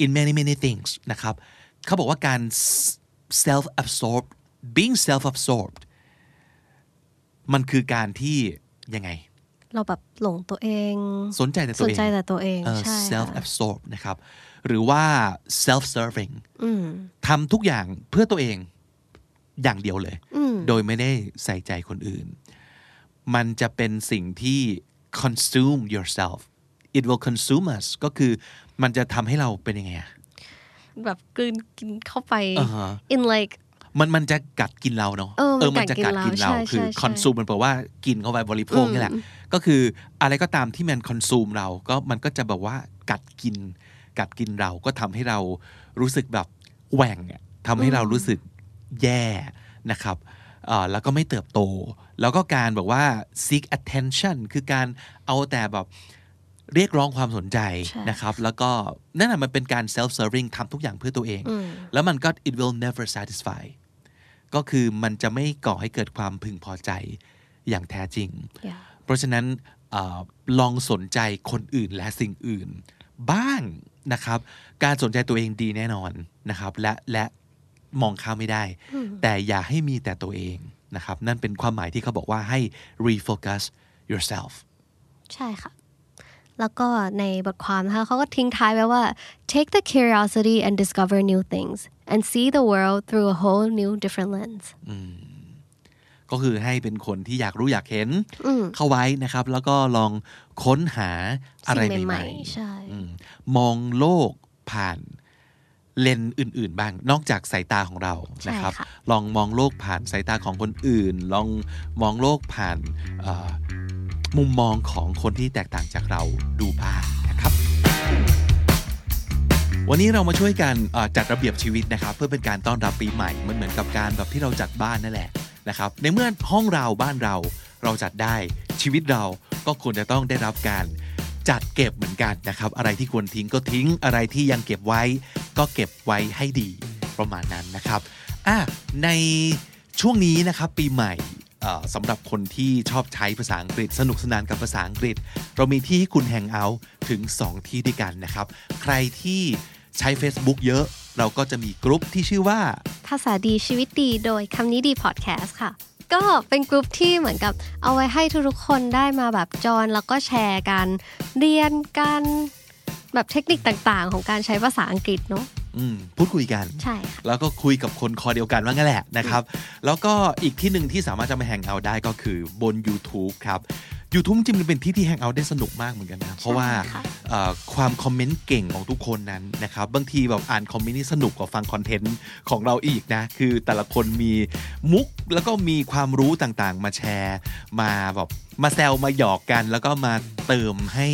E: in many many things นะครับ เขาบอกว่าการ self absorbed being self absorbed มันคือการที่ยังไง
B: เราแบบหลงตัวเอง
E: สนใจแต่ตัวเอง
B: Mm. สนใจแต่ตัวเอง
E: เออ
B: ใช่ค่ะ
E: self absorb นะครับ หรือว่า self serving ทำทุกอย่างเพื่อตัวเองอย่างเดียวเลย โดยไม่ได้ใส่ใจคนอื่น มันจะเป็นสิ่งที่ consume yourself it will consume us ก็คือมันจะทำให้เราเป็นยังไงอะ
B: แบบกลืนกินเข้าไป
E: อ่าฮะ
B: in like
E: มันมันจะกัดกินเราเนาะ
B: เออมัน
E: มันจะกัดกินเรา
B: กัดกินเรา
E: คือ
B: ใช่ใช่
E: คอนซูมมันแปลว่ากินเข้าไปบริโภคนี่แหละ ก็คืออะไรก็ตามที่มันคอนซูมเราก็มันก็จะแบบว่ากัดกิน กัดกินเราก็ทำให้เรารู้สึกแบบแหว่งอะทำให้เรารู้สึกแย่นะครับเอ่อแล้วก็ไม่เติบโต แล้วก็การแบบว่า seek attention คือการเอาแต่แบบเรียกร้องความสนใจ
B: ใช่
E: นะครับ แล้วก็นั่นแหละมันเป็นการ self serving ทำทุกอย่างเพื่อตัวเอง
B: mm.
E: แล้วมันก็ it will never satisfy ก็คือมันจะไม่ก่อให้เกิดความพึงพอใจอย่างแท้จริง
B: yeah
E: เพราะฉะนั้นเออลองสนใจคนอื่นและสิ่งอื่น บ้าง นะครับ การสนใจตัวเองดีแน่นอนนะครับ และและมองข้ามไม่ได้ แต่อย่าให้มีแต่ตัวเองนะครับ นั่นเป็นความหมายที่เขาบอกว่าให้ refocus yourself
B: ใช่ค่ะ แล้วก็ในบทความนะคะเขาก็ทิ้งท้ายไว้ว่า take the curiosity and discover new things and see the world through a whole new different lens
E: ก็คือให้เป็นคนที่อยากรู้อยากเห็นเข้าไว้นะครับ แล้วก็ลองค้นหาอะไร
B: สิ่ง
E: ใหม่
B: ใช่
E: ๆอืมมองโลกผ่านเลนส์อื่น ๆ บ้าง นอกจากสายตาของเรานะครับ
B: ใช่ค่ะ
E: ลองมองโลกผ่านสายตาของคนอื่น ลองมองโลกผ่านเอ่อมุมมองของคนที่แตกต่างจากเราดูบ้างนะครับ วันนี้เรามาช่วยกันเอ่อจัดระเบียบชีวิตนะครับ เพื่อเป็นการต้อนรับปีใหม่มันเหมือนกับการแบบที่เราจัดบ้านนั่นแหละนะครับในเมื่อห้องเราบ้านเราเราจัดได้ชีวิตเราก็ควรจะต้องได้รับการจัดเก็บเหมือนกันนะครับ อะไรที่ควรทิ้งก็ทิ้งอะไรที่ยังเก็บไว้ ก็เก็บไว้ให้ดีประมาณนั้นนะครับอ่ะในช่วงนี้นะครับปีใหม่ เอ่อสำหรับคนที่ชอบใช้ภาษาอังกฤษ สนุกสนานกับภาษาอังกฤษ เรามีที่ให้คุณแฮงเอาท์ถึง 2 ที่ด้วยกันนะครับ ใครที่ใช้ Facebook เยอะ เราก็จะมีกลุ่มที่ชื่อว่า
B: ภาษาดีชีวิตดีโดยคำนี้ดีพอดแคสต์ค่ะ ก็เป็นกลุ่มที่เหมือนกับเอาไว้ให้ทุกๆคนได้มาแบบจอยแล้วก็แชร์กันเรียนกันแบบเทคนิคต่างๆ ของการใช้ภาษาอังกฤษเนาะ
E: อืม พูดคุยกัน
B: ใช่ค่ะ
E: แล้วก็คุยกับคนคอเดียวกันว่างั้นแหละนะครับ แล้วก็อีกที่หนึ่งที่สามารถจะมาแฮงเอาท์ได้ก็คือบน YouTube ครับ YouTube จริงๆมันเป็นที่ที่แฮงเอาท์ได้สนุกมากเหมือนกันนะ เพราะว่า
B: ค่ะ
E: เอ่อความคอมเมนต์เก่งของทุกคนนั้นนะครับ บางทีแบบอ่านคอมเมนต์นี่สนุกกว่าฟังคอนเทนต์ของเราอีกนะ คือแต่ละคนมีมุกแล้วก็มีความรู้ต่างๆ มาแชร์ มาแบบมาแซวมาหยอกกัน แล้วก็มาเติมให้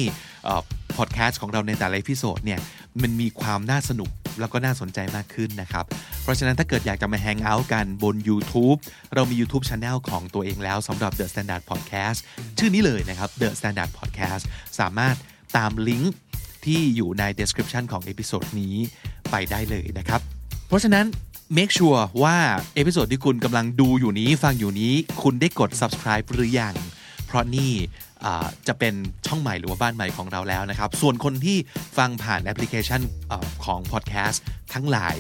E: พอดแคสต์ของเราในแต่ละพิโซดเนี่ยมันมีความน่าสนุกแล้วก็น่าสนใจมากขึ้นนะครับ เพราะฉะนั้นถ้าเกิดอยากจะมาแฮงเอาท์กันบน YouTube เรามี YouTube Channel ของตัวเองแล้วสำหรับ The Standard Podcast ชื่อนี้เลยนะครับ The Standard Podcast สามารถตามลิงก์ที่อยู่ใน description ของเอพิโซดนี้ไปได้เลยนะครับ เพราะฉะนั้น make sure ว่าเอพิโซดที่คุณกำลังดูอยู่นี้ฟังอยู่นี้ คุณได้กด subscribe หรือยัง เพราะนี่อ่าจะเป็นช่องใหม่หรือว่าบ้านใหม่ของเราแล้วนะครับ ส่วนคนที่ฟังผ่านแอปพลิเคชันเอ่อของพอดแคสต์ทั้งหลาย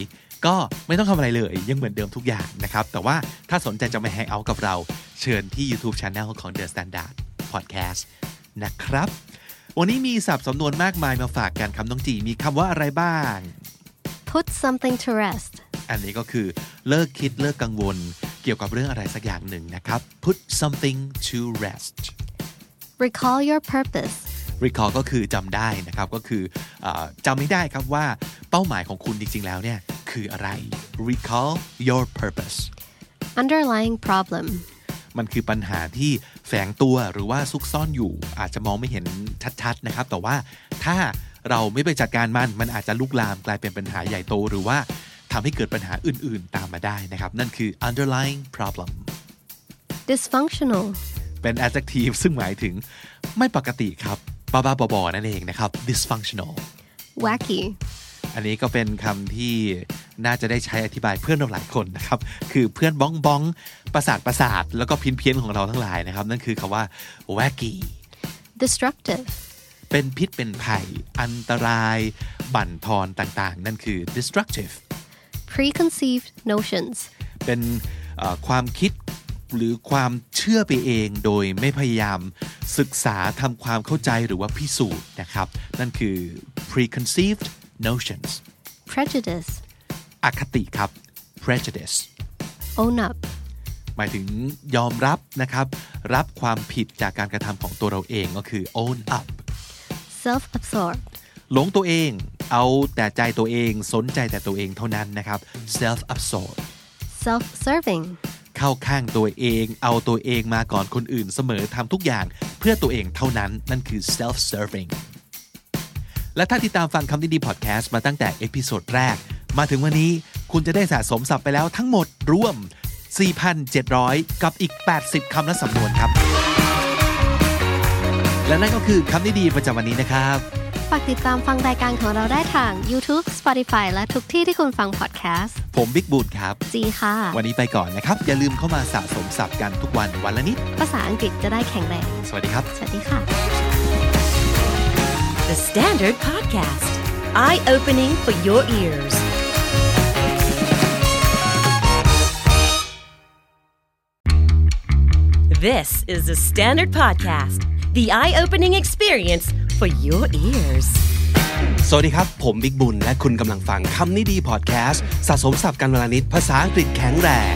E: ก็ไม่ต้องทำอะไรเลย ยังเหมือนเดิมทุกอย่างนะครับ แต่ว่าถ้าสนใจจะมาแฮงเอาท์กับเรา เชิญที่ YouTube Channel ของ The Standard Podcast นะครับ วันนี้มีศัพท์สำนวนมากมายมาฝากกันคำน้องจีมีคำว่าอะไรบ้าง
B: put something to rest
E: อันนี้ก็คือเลิกคิดเลิกกังวล เกี่ยวกับเรื่องอะไรสักอย่างหนึ่งนะครับ put something to rest
B: recall your purpose
E: recall ก็คือจำได้นะครับ ก็คือเออจำไม่ได้ครับว่าเป้าหมายของคุณจริง ๆ แล้วเนี่ย คืออะไร recall your purpose
B: underlying problem
E: มันคือปัญหาที่แฝงตัวหรือว่าซุกซ่อนอยู่ อาจจะมองไม่เห็นชัดๆนะครับ แต่ว่าถ้าเราไม่ไปจัดการมัน มันอาจจะลุกลามกลายเป็นปัญหาใหญ่โต หรือว่าทำให้เกิดปัญหาอื่นๆ ตามมาได้นะครับ นั่นคือ underlying problem
B: dysfunctional
E: เป็น adjective ซึ่งหมายถึงไม่ปกติครับบ้าๆบอๆนั่นเองนะครับ dysfunctional
B: wacky
E: อันนี้ก็เป็นคำที่น่าจะได้ใช้อธิบายเพื่อนเราหลายคนนะครับ คือเพื่อนบ้องบ้องประสาทประสาทแล้วก็พินเพี้ยนๆของเราทั้งหลายนะครับ นั่นคือคำว่า wacky
B: destructive
E: เป็นพิษเป็นภัย อันตราย บั่นทอนต่างๆ นั่นคือ destructive
B: preconceived notions
E: เป็นเอ่อความคิดหรือความเชื่อไปเองโดยไม่พยายามศึกษาทำความเข้าใจหรือว่าพิสูจน์นะครับ นั่นคือ preconceived notions
B: prejudice
E: อคติครับ prejudice
B: own up
E: หมายถึงยอมรับนะครับ รับความผิดจากการกระทำของตัวเราเองก็คือ own up
B: self absorbed
E: หลงตัวเอง เอาแต่ใจตัวเองสนใจแต่ตัวเองเท่านั้นนะครับ self absorb
B: self serving
E: เข้าข้างตัวเอง เอาตัวเองมาก่อนคนอื่นเสมอทำทุกอย่างเพื่อตัวเองเท่านั้น นั่นคือ self serving และถ้าติดตามฟังคำนี้ดีพอดแคสต์มาตั้งแต่เอพิโซดแรก มาถึงวันนี้คุณจะได้สะสมศัพท์ไปแล้วทั้งหมดรวม 4,700 กับอีก 80 คำและสำนวนครับ และนั่นก็คือคำนี้ดีประจำวันนี้นะครับ
B: ฝากติดตามฟังรายการของเราได้ทาง YouTube Spotify และทุกที่ที่คุณฟังพอดแคสต์
E: ผมบิ๊กบูนครับ
B: จีค่ะ
E: วันนี้ไปก่อนนะครับ อย่าลืมเข้ามาสะสมศัพท์กันทุกวันวันละนิด
B: ภาษาอังกฤษจะได้แข็งแรง
E: สวัสดีครับ
B: สวัสดีค่ะ
C: The Standard Podcast, eye opening for your ears. This is the Standard Podcast, the eye opening experience for your ears.
E: สวัสดีครับ ผมบิ๊กบุญ และคุณกำลังฟังคำนี้ดีพอดแคสต์ สะสมสับการเวลานิดภาษาอังกฤษแข็งแรง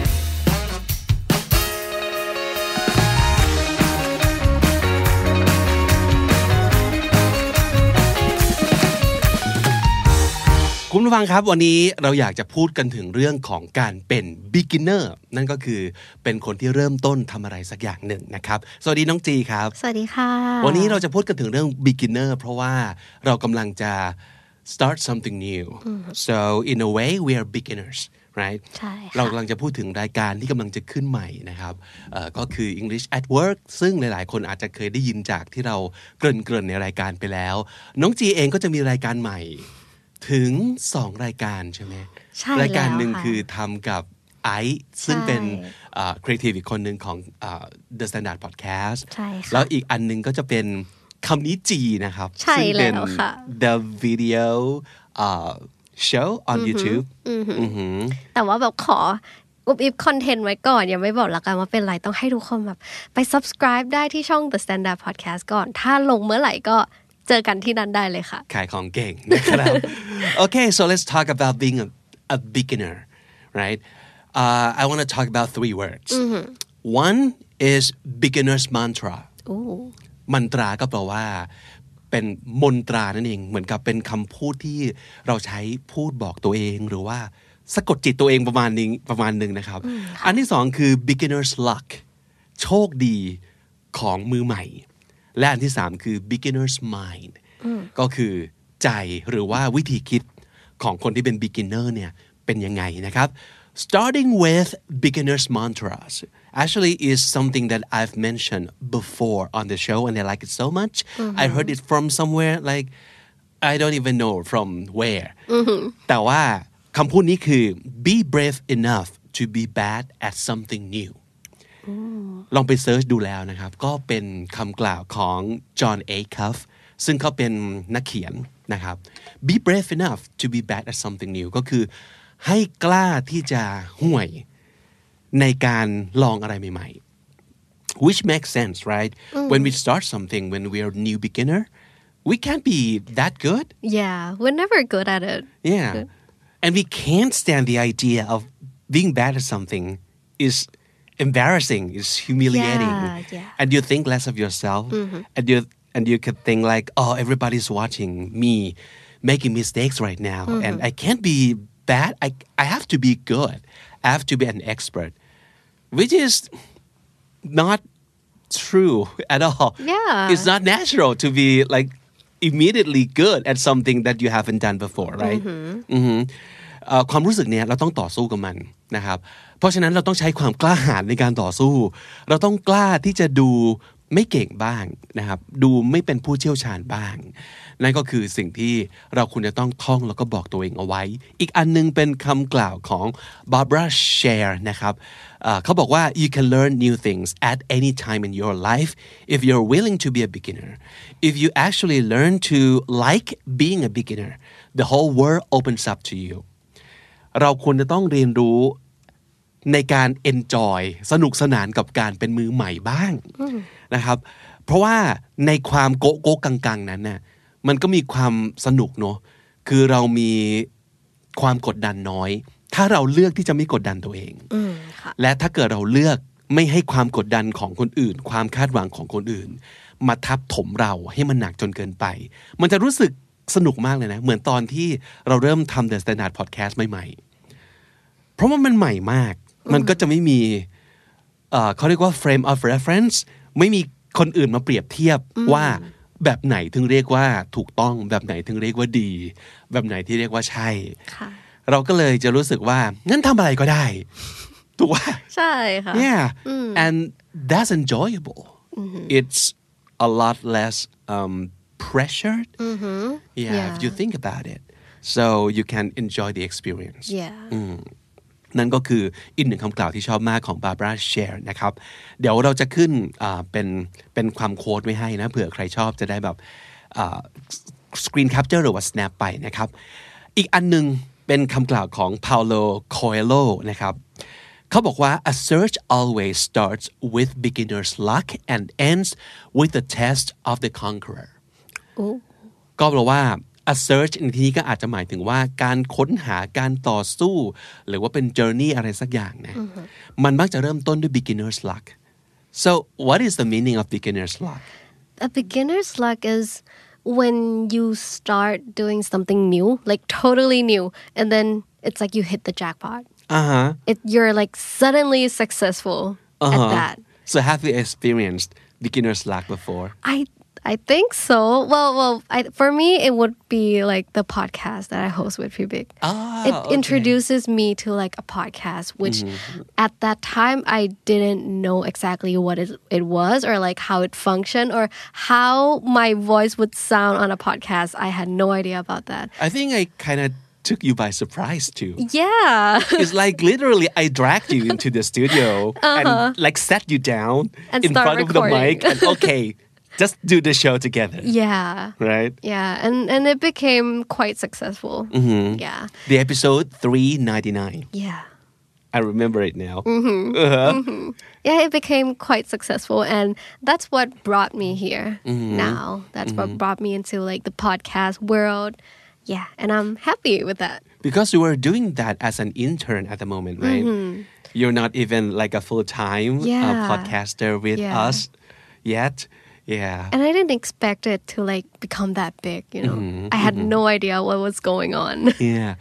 E: คุณผู้ฟังครับวันนี้เราอยากจะพูดกันถึงเรื่องของการเป็น beginner นั่นก็คือเป็นคนที่เริ่มต้นทำอะไรสักอย่างหนึ่งนะครับ สวัสดีน้องจีครับ
B: สวัสดีค่ะ
E: วันนี้เราจะพูดกันถึงเรื่อง beginner เพราะว่าเรากำลังจะ start something new so in a way we are beginners right
B: ใช่ค่ะ
E: เรากำลังจะพูดถึงรายการที่กำลังจะขึ้นใหม่นะครับเอ่อก็คือ English at Work ซึ่งหลาย ๆ คนอาจจะเคยได้ยินจากที่เราเกริ่น ๆ ในรายการไปแล้ว น้องจีเองก็จะมีรายการใหม่ ถึง 2 รายการใช่ไหม
B: ใช่แล้ว
E: รายการหนึ่ง
B: ค่ะ
E: คือทำกับไอซ์ซึ่งเป็
B: ใ
E: น
B: ช่
E: ครีเอทีฟอีกคนหนึ่งของเอ่อ The Standard Podcast
B: ใช่ค่ะ
E: แล้วอีกอันหนึงก็จะเป็นคำนี้จีนะครับ
B: ใช่
E: ซึ่งเป็น
B: แล้วค่ะ
E: the video uh, show on YouTube อือหือ
B: แต่ว่าแบบขออุบอิบคอนเทนต์ไว้ก่อน ยังไม่บอกละกันว่าเป็นไรต้องให้ทุกคนแบบไป subscribe ได้ที่ช่อง The Standard Podcast ก่อน ถ้าลงเมื่อไหร่ก็เจอกันที่นั่นได้เลยค่ะ
E: ขายของเก่งนะครับ Okay, so let's talk about being a, a beginner right uh, I want to talk about three words one is beginner's mantra
B: อู้
E: มันตราก็แปลว่า เป็นมนตรานั่นเอง เหมือนกับเป็นคำพูดที่เราใช้พูดบอกตัวเองหรือว่าสะกดจิตตัวเองประมาณนึงประมาณหนึงนะครับ อันที่สองคือ beginner's luck โชคดีของมือใหม่ และอันที่สามคือ beginner's mind ก็คือใจหรือว่าวิธีคิดของคนที่เป็น beginner เนี่ย เป็นยังไงนะครับ starting with beginners mantras actually is something that I've mentioned before on the show and I like it so much I heard it from somewhere like I don't even know from where แต่ว่าคำพูดนี้คือ be brave enough to be bad at something new ลองไปเซิร์ชดูแล้วนะครับ ก็เป็นคำกล่าวของจอห์นเอคัฟซึ่งเขาเป็นนักเขียนนะครับ be brave enough to be bad at something new ก็คือให้กล้าที่จะห่วยในการลองอะไรใหม่ๆ which makes sense right when we start something when we are new beginner we can't be that good
B: yeah we're never good at it
E: Yeah. And we can't stand the idea of being bad at something is embarrassing, is humiliating.
B: Yeah, yeah. Mm-hmm.
E: And you think less of yourself. And you and you could think like, oh, everybody's watching me making mistakes right now. And
B: Mm-hmm.
E: I can't be bad. I I have to be good. I have to be an expert. Which is not true at all.
B: Yeah.
E: It's not natural to be like immediately good at something that you haven't done before, right?
B: Mm-hmm.
E: อือหือเอ่อความรู้สึกเนี่ยเราต้องต่อสู้กับมันนะครับ เพราะฉะนั้นเราต้องใช้ความกล้าหาญในการต่อสู้ เราต้องกล้าที่จะดูไม่เก่งบ้างนะครับ ดูไม่เป็นผู้เชี่ยวชาญบ้าง นั่นก็คือสิ่งที่เราควรจะต้องท่องแล้วก็บอกตัวเองเอาไว้ อีกอันหนึงเป็นคำกล่าวของ Barbara Share นะครับเอ่อเขาบอกว่า you can learn new things at any time in your life if you're willing to be a beginner if you actually learn to like being a beginner the whole world opens up to you เราควรจะต้องเรียนรู้ในการ enjoy สนุกสนานกับการเป็นมือใหม่บ้างนะครับ เพราะว่าในความโกะโกะกังๆ นั้นน่ะมันก็มีความสนุกเนอะคือเรามีความกดดันน้อย ถ้าเราเลือกที่จะไม่กดดันตัวเอง
B: อืมค่ะ
E: และถ้าเกิดเราเลือกไม่ให้ความกดดันของคนอื่น ความคาดหวังของคนอื่น มาทับถมเราให้มันหนักจนเกินไป มันจะรู้สึกสนุกมากเลยนะ เหมือนตอนที่เราเริ่มทำ The Standard Podcast ใหม่ๆ เพราะว่ามันใหม่มาก มันก็จะไม่มีเอ่อเขาเรียกว่า frame of reference ไม่มีคนอื่นมาเปรียบเทียบว่าแบบไหนถึงเรียกว่าถูกต้อง แบบไหนถึงเรียกว่าดี แบบไหนที่เรียกว่าใช่
B: ค่ะ
E: เราก็เลยจะรู้สึกว่างั้นทำอะไรก็ได้ ถูกว่า
B: ใช่ค่ะ
E: Yeah. And that's enjoyable. It's a lot less um, pressured.
B: Mm-hmm.
E: Yeah,
B: Yeah.
E: if you think about it. So you can enjoy the experience.
B: yeah
E: นั่นก็คืออีกหนึ่งคำกล่าวที่ชอบมากของบาร์บราเชร์นะครับ เดี๋ยวเราจะขึ้นอ่าเป็นเป็นความโค้ดไว้ให้นะเผื่อใครชอบจะได้แบบอ่า Screen Capture หรือว่า Snap ไปนะครับ อีกอันหนึงเป็นคำกล่าวของ Paulo Coelho นะครับเขาบอกว่า a search always starts with beginner's luck and ends with the test of the conqueror
B: โอ้
E: ก็แปลว่า a search ในที่นี้ก็อาจจะหมายถึงว่าการค้นหาการต่อสู้ หรือว่าเป็น journey อะไรสักอย่างนะ มันมักจะเริ่มต้นด้วย beginner's luck so what is the meaning of beginner's luck
B: a beginner's luck is when you start doing something new like totally new and then it's like you hit the jackpot
E: อ่าฮะ
B: it you're like suddenly successful at that
E: so have you experienced beginner's luck before
B: I I think so well well I, for me it would be like the podcast that I host with Pubik
E: Ah.
B: it
E: Oh,
B: introduces me to like a podcast which at that time i didn't know exactly what it, it was or like how it functioned or how my voice would sound on a podcast i had no idea about that
E: I think I kind of took you by surprise too
B: yeah
E: it's like literally I dragged you into the studio and like sat you down
B: And
E: in
B: start
E: front of the mic
B: recording.
E: and okay just do the show together
B: yeah
E: right
B: yeah and and it became quite successful mm-hmm. yeah
E: the episode 399
B: yeah
E: I remember it now
B: Mm-hmm. yeah, it became quite successful, and that's what brought me here now. That's what brought me into like the podcast world. Yeah, and I'm happy with that.
E: because you were doing that as an intern at the moment right you're not even like a full-time uh,
B: Mm-hmm. Yeah.
E: podcaster with
B: Yeah.
E: us yet yeah
B: And I didn't expect it to like become that big, you know.
E: Mm-hmm,
B: I had no idea what was going on.
E: yeah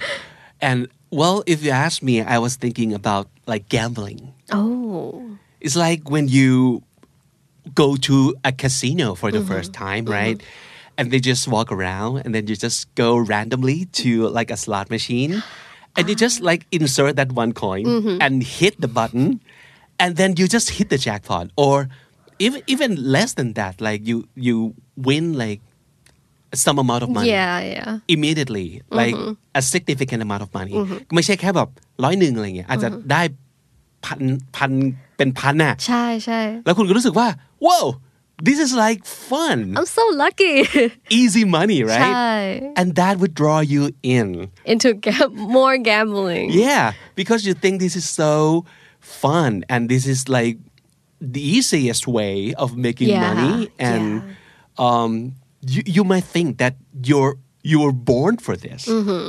E: and well if you ask me I was thinking about like gambling
B: oh.
E: It's like when you go to a casino for the first time, right? And they just walk around and then you just go randomly to like a slot machine and you just like insert that one coin and hit the button and then you just hit the jackpot or even even less than that like you you win like some amount of money
B: Yeah, yeah.
E: immediately like a significant amount of money ไม่ใช่แค่แบบร้อยหนึ่งอะไรเงี้ยอาจจะได้พันพันเป็นพันอ่ะ
B: Chai, chai.
E: แล้วคุณก็รู้สึกว่า wow this is like fun
B: I'm so lucky.
E: easy money right
B: ใช่
E: and that would draw you in
B: into ga- more gambling.
E: yeah because you think this is so fun and this is like the easiest way of making
B: Yeah,
E: money and um you you might think that you're you were born for this
B: Mm-hmm.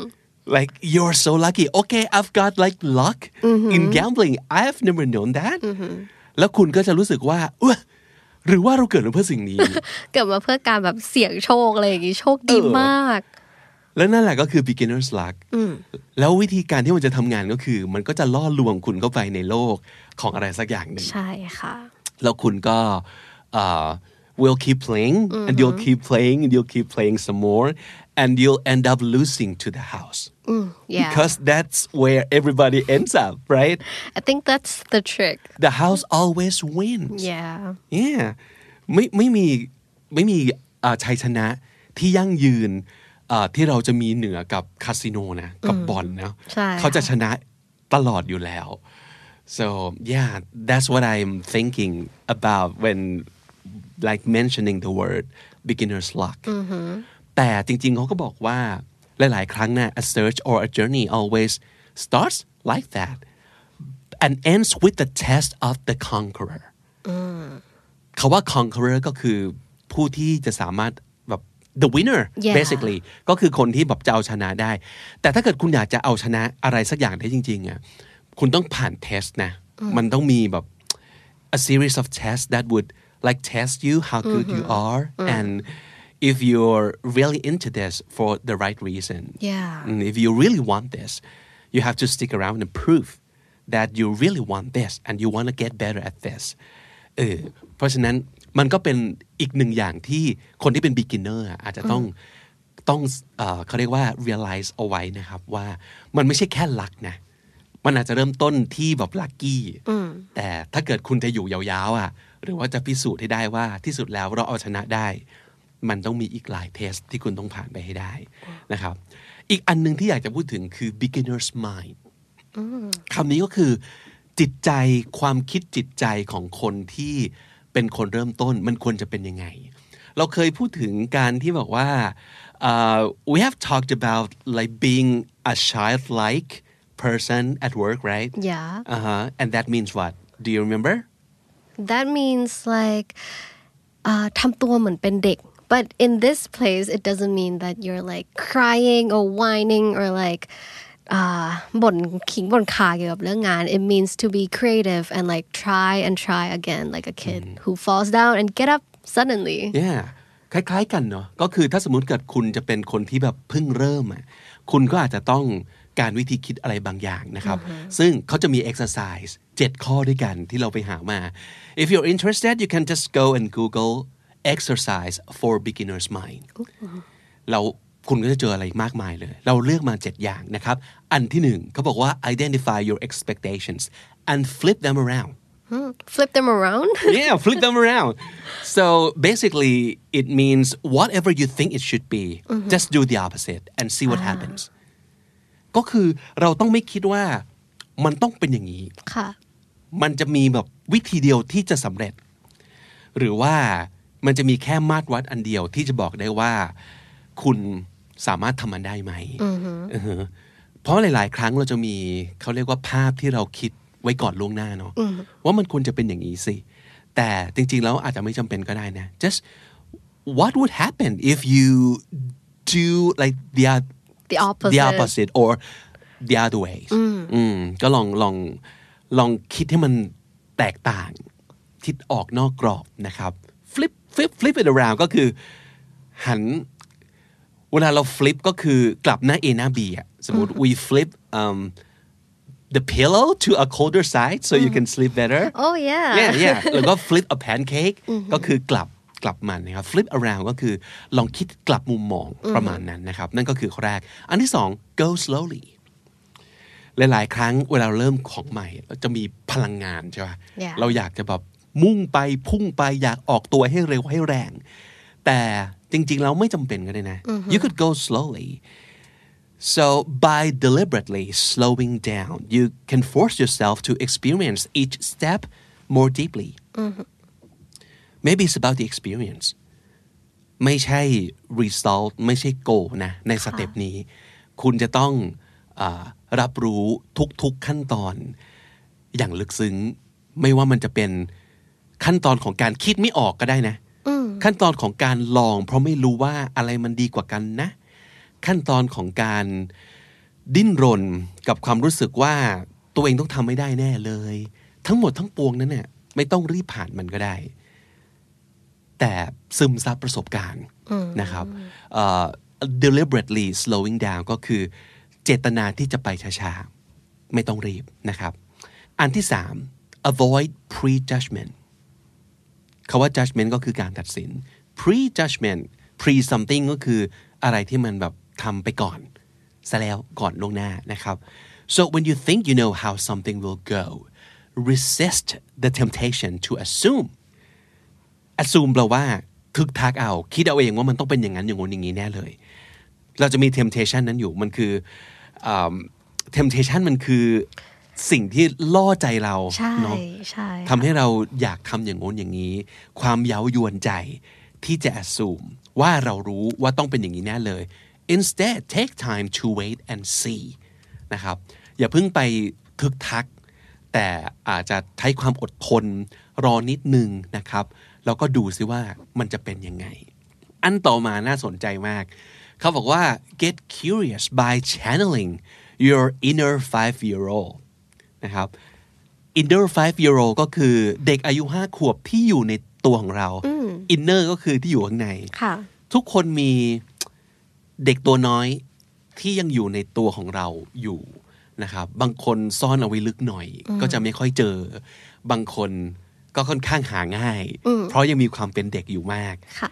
E: like you're so lucky okay I've got like luck in
B: Mm-hmm.
E: gambling I have never known that แล้วคุณก็จะรู้สึกว่าอุ๊ยหรือว่าเราเกิดมาเพื่อสิ่งนี้
B: เกิดมาเพื่อการแบบเสี่ยงโชคอะไรอย่างงี้โชคดี
E: เออ
B: มาก
E: แล้วนั่นแหละก็คือ beginner's luck แล้ววิธีการที่มันจะทำงานก็คือ มันก็จะล่อลวงคุณเข้าไปในโลกของอะไรสักอย่างหนึ่ง
B: ใช่ค่ะ
E: แล้วคุณก็เอ่อ will keep playing and you'll keep playing and you'll keep playing some more and you'll end up losing to the house
B: Yeah.
E: because that's where everybody ends up right
B: I think that's the trick.
E: the house always wins
B: Yeah.
E: yeah ไม่ไม่มีไม่มีอ่าชัยชนะที่ยั่งยืนอ่าที่เราจะมีเหนือกับคาสิโนนะกับบอลนะ
B: ใช่
E: เขาจะชนะตลอดอยู่แล้ว so yeah that's what I'm thinking about when like mentioning the word beginner's luck แต่จริงๆเขาก็บอกว่าหลายๆครั้งนะ a search or a journey always starts like that and ends with the test of the conqueror คาว่า conqueror ก็คือผู้ที่จะสามารถแบบ the winner
B: Yeah.
E: basically ก็คือคนที่แบบจะเอาชนะได้ แต่ถ้าเกิดคุณอยากจะเอาชนะอะไรสักอย่างได้จริงๆอ่ะคุณต้องผ่านเทสนะ มันต้องมีแบบ a series of tests that would like test you how good you are and if you're really into this for the right reason
B: Yeah.
E: and if you really want this you have to stick around and prove that you really want this and you want to get better at this เออเพราะฉะนั้นมันก็เป็นอีกหนึ่งอย่างที่คนที่เป็น beginner อะอาจจะต้องต้องเอ่อเขาเรียกว่า realize เอาไว้นะครับว่ามันไม่ใช่แค่ลักนะ มันอาจจะเริ่มต้นที่แบบลั c กี้แต่ถ้าเกิดคุณจะอยู่ยาวๆอ่ะหรือว่าจะพิสูจน์ให้ได้ว่าที่สุดแล้วเราเอาชนะได้ มันต้องมีอีกหลายเทสที่คุณต้องผ่านไปให้ได้นะครับ อีกอันหนึงที่อยากจะพูดถึงคือ beginner's mind คำนี้ก็คือ จิตใจความคิดจิตใจของคนที่เป็นคนเริ่มต้น มันควรจะเป็นยังไง เราเคยพูดถึงการที่บอกว่าอ่า we have talked about like being a childlike person at work right
B: Yeah.
E: uh huh and that means what do you remember
B: that means like อ่าทำตัวเหมือนเป็นเด็ก but in this place it doesn't mean that you're like crying or whining or like อ่าบ่นขิงบ่นขาเกี่ยวกับเรื่องงาน it means to be creative and like try and try again like a kid
E: Mm.
B: who falls down and get up suddenly
E: yeah คล้ายๆกันเนาะก็คือถ้าสมมติเกิดคุณจะเป็นคนที่แบบเพิ่งเริ่มอ่ะคุณก็อาจจะต้องการวิธีคิดอะไรบางอย่างนะครับ ซึ่งเขาจะมี exercise 7 ข้อด้วยกันที่เราไปหามา if you're interested you can just go and Google exercise for beginner's mind เราคุณก็จะเจออะไรอีกมากมายเลย เราเลือกมา 7 อย่างนะครับ อันที่หนึ่งเขาบอกว่า identify your expectations and flip them around
B: flip them around
E: yeah, flip them around. So basically, it means whatever you think it should be, just do the opposite and see what happens. ก็คือเราต้องไม่คิดว่ามันต้องเป็นอย่างนี้
B: ค่ะ
E: มันจะมีแบบวิธีเดียวที่จะสำเร็จ หรือว่ามันจะมีแค่มาตรวัดอันเดียวที่จะบอกได้ว่า คุณสามารถทำมันได้ไหมอือฮึเพราะหลาย ๆ ครั้งเราจะมีเขาเรียกว่าภาพที่เราคิดไว้ก่อนล่วงหน้าเนาะว่ามันควรจะเป็นอย่างนี้สิ แต่จริง ๆ แล้วอาจจะไม่จำเป็นก็ได้นะ just what would happen if you do like the oth-
B: the opposite
E: the opposite or the other way อืมก็ลองลองลองคิดให้มันแตกต่าง คิดออกนอกกรอบนะครับ flip flip flip it around ก็คือ หัน เวลาเรา flip ก็คือกลับหน้า A หน้า B อะสมมติ we flip um, the pillow to a colder side so you can sleep better
B: oh yeah
E: yeah yeah แล้วก็ flip a pancake ก็คือกลับกลับมันนะครับ flip around ก็คือลองคิดกลับมุมมองประมาณนั้นนะครับ นั่นก็คือข้อแรก อันที่สอง go slowly หลายๆ ครั้งเวลาเราเริ่มของใหม่เราจะมีพลังงานใช่ป่ะ
B: Yeah.
E: เราอยากจะแบบมุ่งไปพุ่งไปอยากออกตัวให้เร็วให้แรง แต่จริงๆ แล้วไม่จำเป็นก็ได้นะ you could go slowly So, by deliberately slowing down, you can force yourself to experience each step more deeply. Maybe it's about the experience. ไม่ใช่ result ไม่ใช่ goal นะ ในสเต็ปนี้ คุณจะต้องอารับรู้ทุกๆขั้นตอน อย่างลึกซึ้ง ไม่ว่ามันจะเป็นขั้นตอนของการคิดไม่ออกก็ได้นะ ขั้นตอนของการลอง เพราะไม่รู้ว่าอะไรมันดีกว่ากันนะ ขั้นตอนของการดิ้นรนกับความรู้สึกว่าตัวเองต้องทำไม่ได้แน่เลย ทั้งหมดทั้งปวงนั้นเนี่ยไม่ต้องรีบผ่านมันก็ได้ แต่ซึมซับประสบการณ์นะครับเอ่อ deliberately slowing down ก็คือเจตนาที่จะไปช้าๆ ไม่ต้องรีบนะครับ อันที่สาม avoid prejudgment คาว่า judgment ก็คือการตัดสิน pre judgment pre something ก็คืออะไรที่มันแบบทำไปก่อนซะแล้วก่อนล่วงหน้านะครับ so when you think you know how something will go resist the temptation to assume assume แปลว่าทึกทักเอา คิดเอาเองว่ามันต้องเป็นอย่างนั้นอย่างงู้นอย่างนี้แน่เลย เราจะมี temptation นั้นอยู่มันคืออ่า temptation มันคือสิ่งที่ล่อใจเรา
B: ใช่
E: เนาะ
B: ใช่
E: ทำให้เราอยากทำอย่างโน้นอย่างนี้ ความเย้ายวนใจที่จะ assume ว่าเรารู้ว่าต้องเป็นอย่างนี้แน่เลย instead take time to wait and see นะครับ อย่าเพิ่งไปทึกทัก แต่อาจจะใช้ความอดทนรอนิดนึงนะครับ แล้วก็ดูซิว่ามันจะเป็นยังไง อันต่อมาน่าสนใจมาก เขาบอกว่า get curious by channeling your inner five year old นะครับ inner five year old ก็คือเด็กอายุ 5 ขวบที่อยู่ในตัวของเรา inner ก็คือที่อยู่ข้างใน
B: ค่ะ
E: ทุกคนมีเด็กตัวน้อยที่ยังอยู่ในตัวของเราอยู่นะครับ บางคนซ่อนเอาไว้ลึกหน่อย ก็จะไม่ค่อยเจอ บางคนก็ค่อนข้างหาง่าย เพราะยังมีความเป็นเด็กอยู่มาก
B: ค่ะ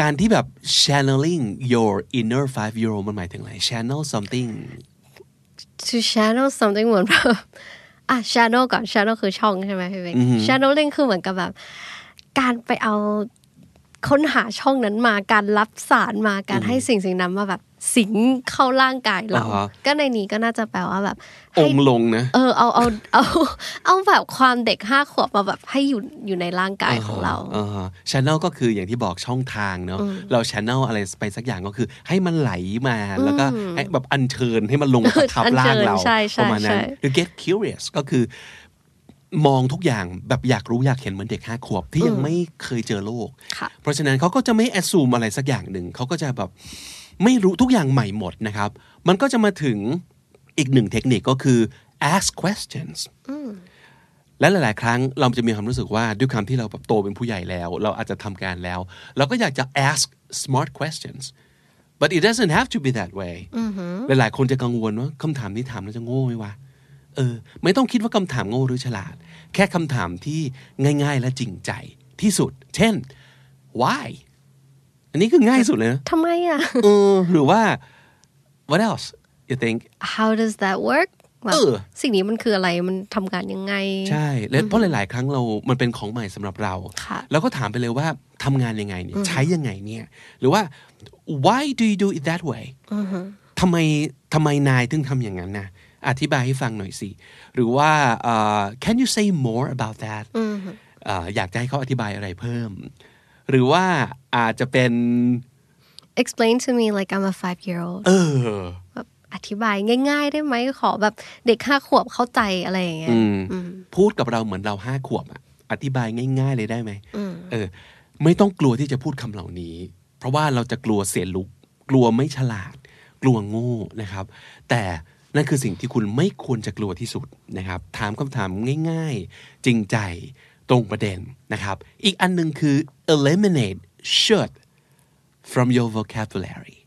E: การที่แบบ channeling your inner five year old มันหมายถึงอะไร channel something
B: to channel something เหมือนแบบ อ่ะ channel ก่อน channel คือช่องใช่ไหมพี่เบง channeling คือเหมือนกับแบบ การไปเอาค้นหาช่องนั้นมาการรับสารมาการให้สิ่งสิ่งนั้นมาแบบ สิงเข้าร่างกายเรา
E: อ่าฮะ
B: ก็ในนี้ก็น่าจะแปลว่าแบบ
E: อ
B: ให้
E: งค์ลงนะ
B: เออเอาเอาเอา เอาแบบความเด็กห้าขวบมาแบบให้อยู่อยู่ในร่างกายของเรา
E: ชแนลก็คืออย่างที่บอกช่องทางเนาะเราชแนลอะไรไปสักอย่างก็คือ ให้มันไหลมาแล้วก็ให้แบบอัญเชิญให้มัน ลงมาประทับ
B: อัญ
E: ร่า
B: เชิ
E: ง
B: ญ
E: เรา
B: ใช่ใช่
E: ประมาณนั้น
B: ใช่
E: หรือ get curious ก็คือ มองทุกอย่างแบบอยากรู้อยากเห็นเหมือนเด็กห้าขวบที่ยังไม่เคยเจอโลก
B: ค่ะ
E: เพราะฉะนั้นเขาก็จะไม่แอดซูมอะไรสักอย่างหนึ่ง เขาก็จะแบบไม่รู้ทุกอย่างใหม่หมดนะครับ มันก็จะมาถึงอีกหนึ่งเทคนิคก็คือ ask questions และหลาย ๆ ครั้งเราจะมีความรู้สึกว่าด้วยความที่เราแบบโตเป็นผู้ใหญ่แล้ว เราอาจจะทำการแล้ว เราก็อยากจะ ask smart questions but it doesn't have to be that way หลาย ๆ คนจะกังวลว่าคำถามนี้ถามแล้วจะโง่ไหมวะ เออ ไม่ต้องคิดว่าคำถามโง่หรือฉลาด แค่คำถามที่ง่าย ๆ และจริงใจที่สุด เช่น why อันนี้คือง่ายสุด เลยนะ
B: ทำไมอ่ะ
E: เออ หรือว่า what else you think
B: how does that work แบบ
E: เออ
B: สิ่งนี้มันคืออะไรมันทำงานยังไง
E: ใช่ และเพราะหลาย ๆ ครั้งเรา มันเป็นของใหม่สำหรับเรา
B: ค่ะ
E: แล้วก็ถามไปเลยว่าทำงานยังไงเนี่ย ใช้ยังไงเนี่ย หรือว่า why do you do it that way ทำไมทำไมนายถึงทำอย่างนั้นนะอธิบายให้ฟังหน่อยสิ หรือว่าเอ่อ can you say more about that เอ่ออยากจะให้เขาอธิบายอะไรเพิ่ม หรือว่าอาจจะเป็น
B: explain to me like I'm a five year old
E: เออ
B: แบบอธิบายง่าย ๆ ได้ไหมขอแบบเด็กห้าขวบเข้าใจอะไรอย่างเงี้ย
E: พูดกับเราเหมือนเราห้าขวบอะอธิบายง่าย ๆ เลยได้ไหมเออ ไม่ต้องกลัวที่จะพูดคำเหล่านี้ เพราะว่าเราจะกลัวเสียลุก กลัวไม่ฉลาด กลัวโง่นะครับ แต่นั่นคือสิ่งที่คุณไม่ควรจะกลัวที่สุดนะครับ ถามคำถามง่าย ๆ จริงใจตรงประเด็นนะครับ อีกอันหนึ่งคือ eliminate should from your vocabulary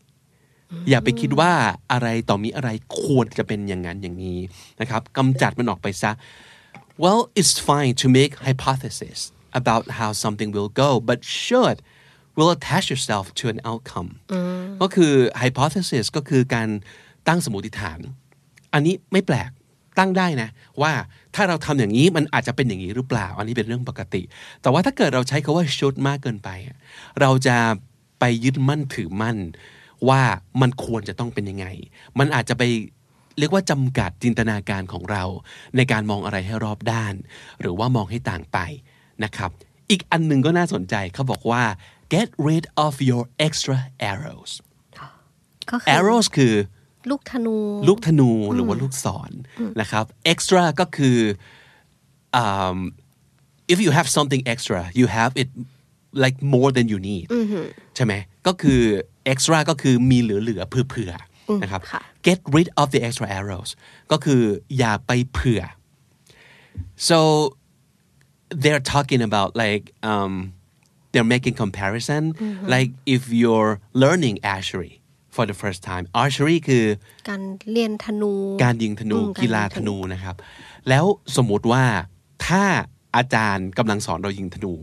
E: อย่าไปคิดว่าอะไรต่อมีอะไรควรจะเป็นอย่างนั้นอย่างนี้นะครับกำจัดมันออกไปซะ well it's fine to make hypothesis about how something will go but should will attach yourself to an outcome ก็คือ hypothesis ก็คือการตั้งสมมติฐาน อันนี้ไม่แปลกตั้งได้นะ ว่าถ้าเราทำอย่างนี้มันอาจจะเป็นอย่างนี้หรือเปล่า อันนี้เป็นเรื่องปกติ แต่ว่าถ้าเกิดเราใช้คาว่า should มากเกินไปอะเราจะไปยึดมั่นถือมั่น ว่ามันควรจะต้องเป็นยังไง มันอาจจะไปเรียกว่าจำกัดจินตนาการของเรา ในการมองอะไรให้รอบด้าน หรือว่ามองให้ต่างไปนะครับ อีกอันหนึ่งก็น่าสนใจเขาบอกว่า get rid of your extra arrows
B: ก็คือ
E: arrows คือ
B: ลูกธนู
E: ลูกธนูหรือว่าลูกศรนะครับ extra ก็คืออืม if you have something extra you have it like more than you need ใช่ไหมก็คือ extra ก็คือมีเหลือๆเผื่อๆนะครับ
B: ค่ะ
E: get rid of the extra arrows ก็คืออย่าไปเผื่อ so they're talking about like um, they're making comparison like if you're learning archery for the first time archery คือ
B: การเรียนธนู
E: การยิงธนู
B: อืมการยิงธนู
E: กีฬาธนูนะครับ แล้วสมมุติว่าถ้าอาจารย์กำลังสอนเรายิงธนู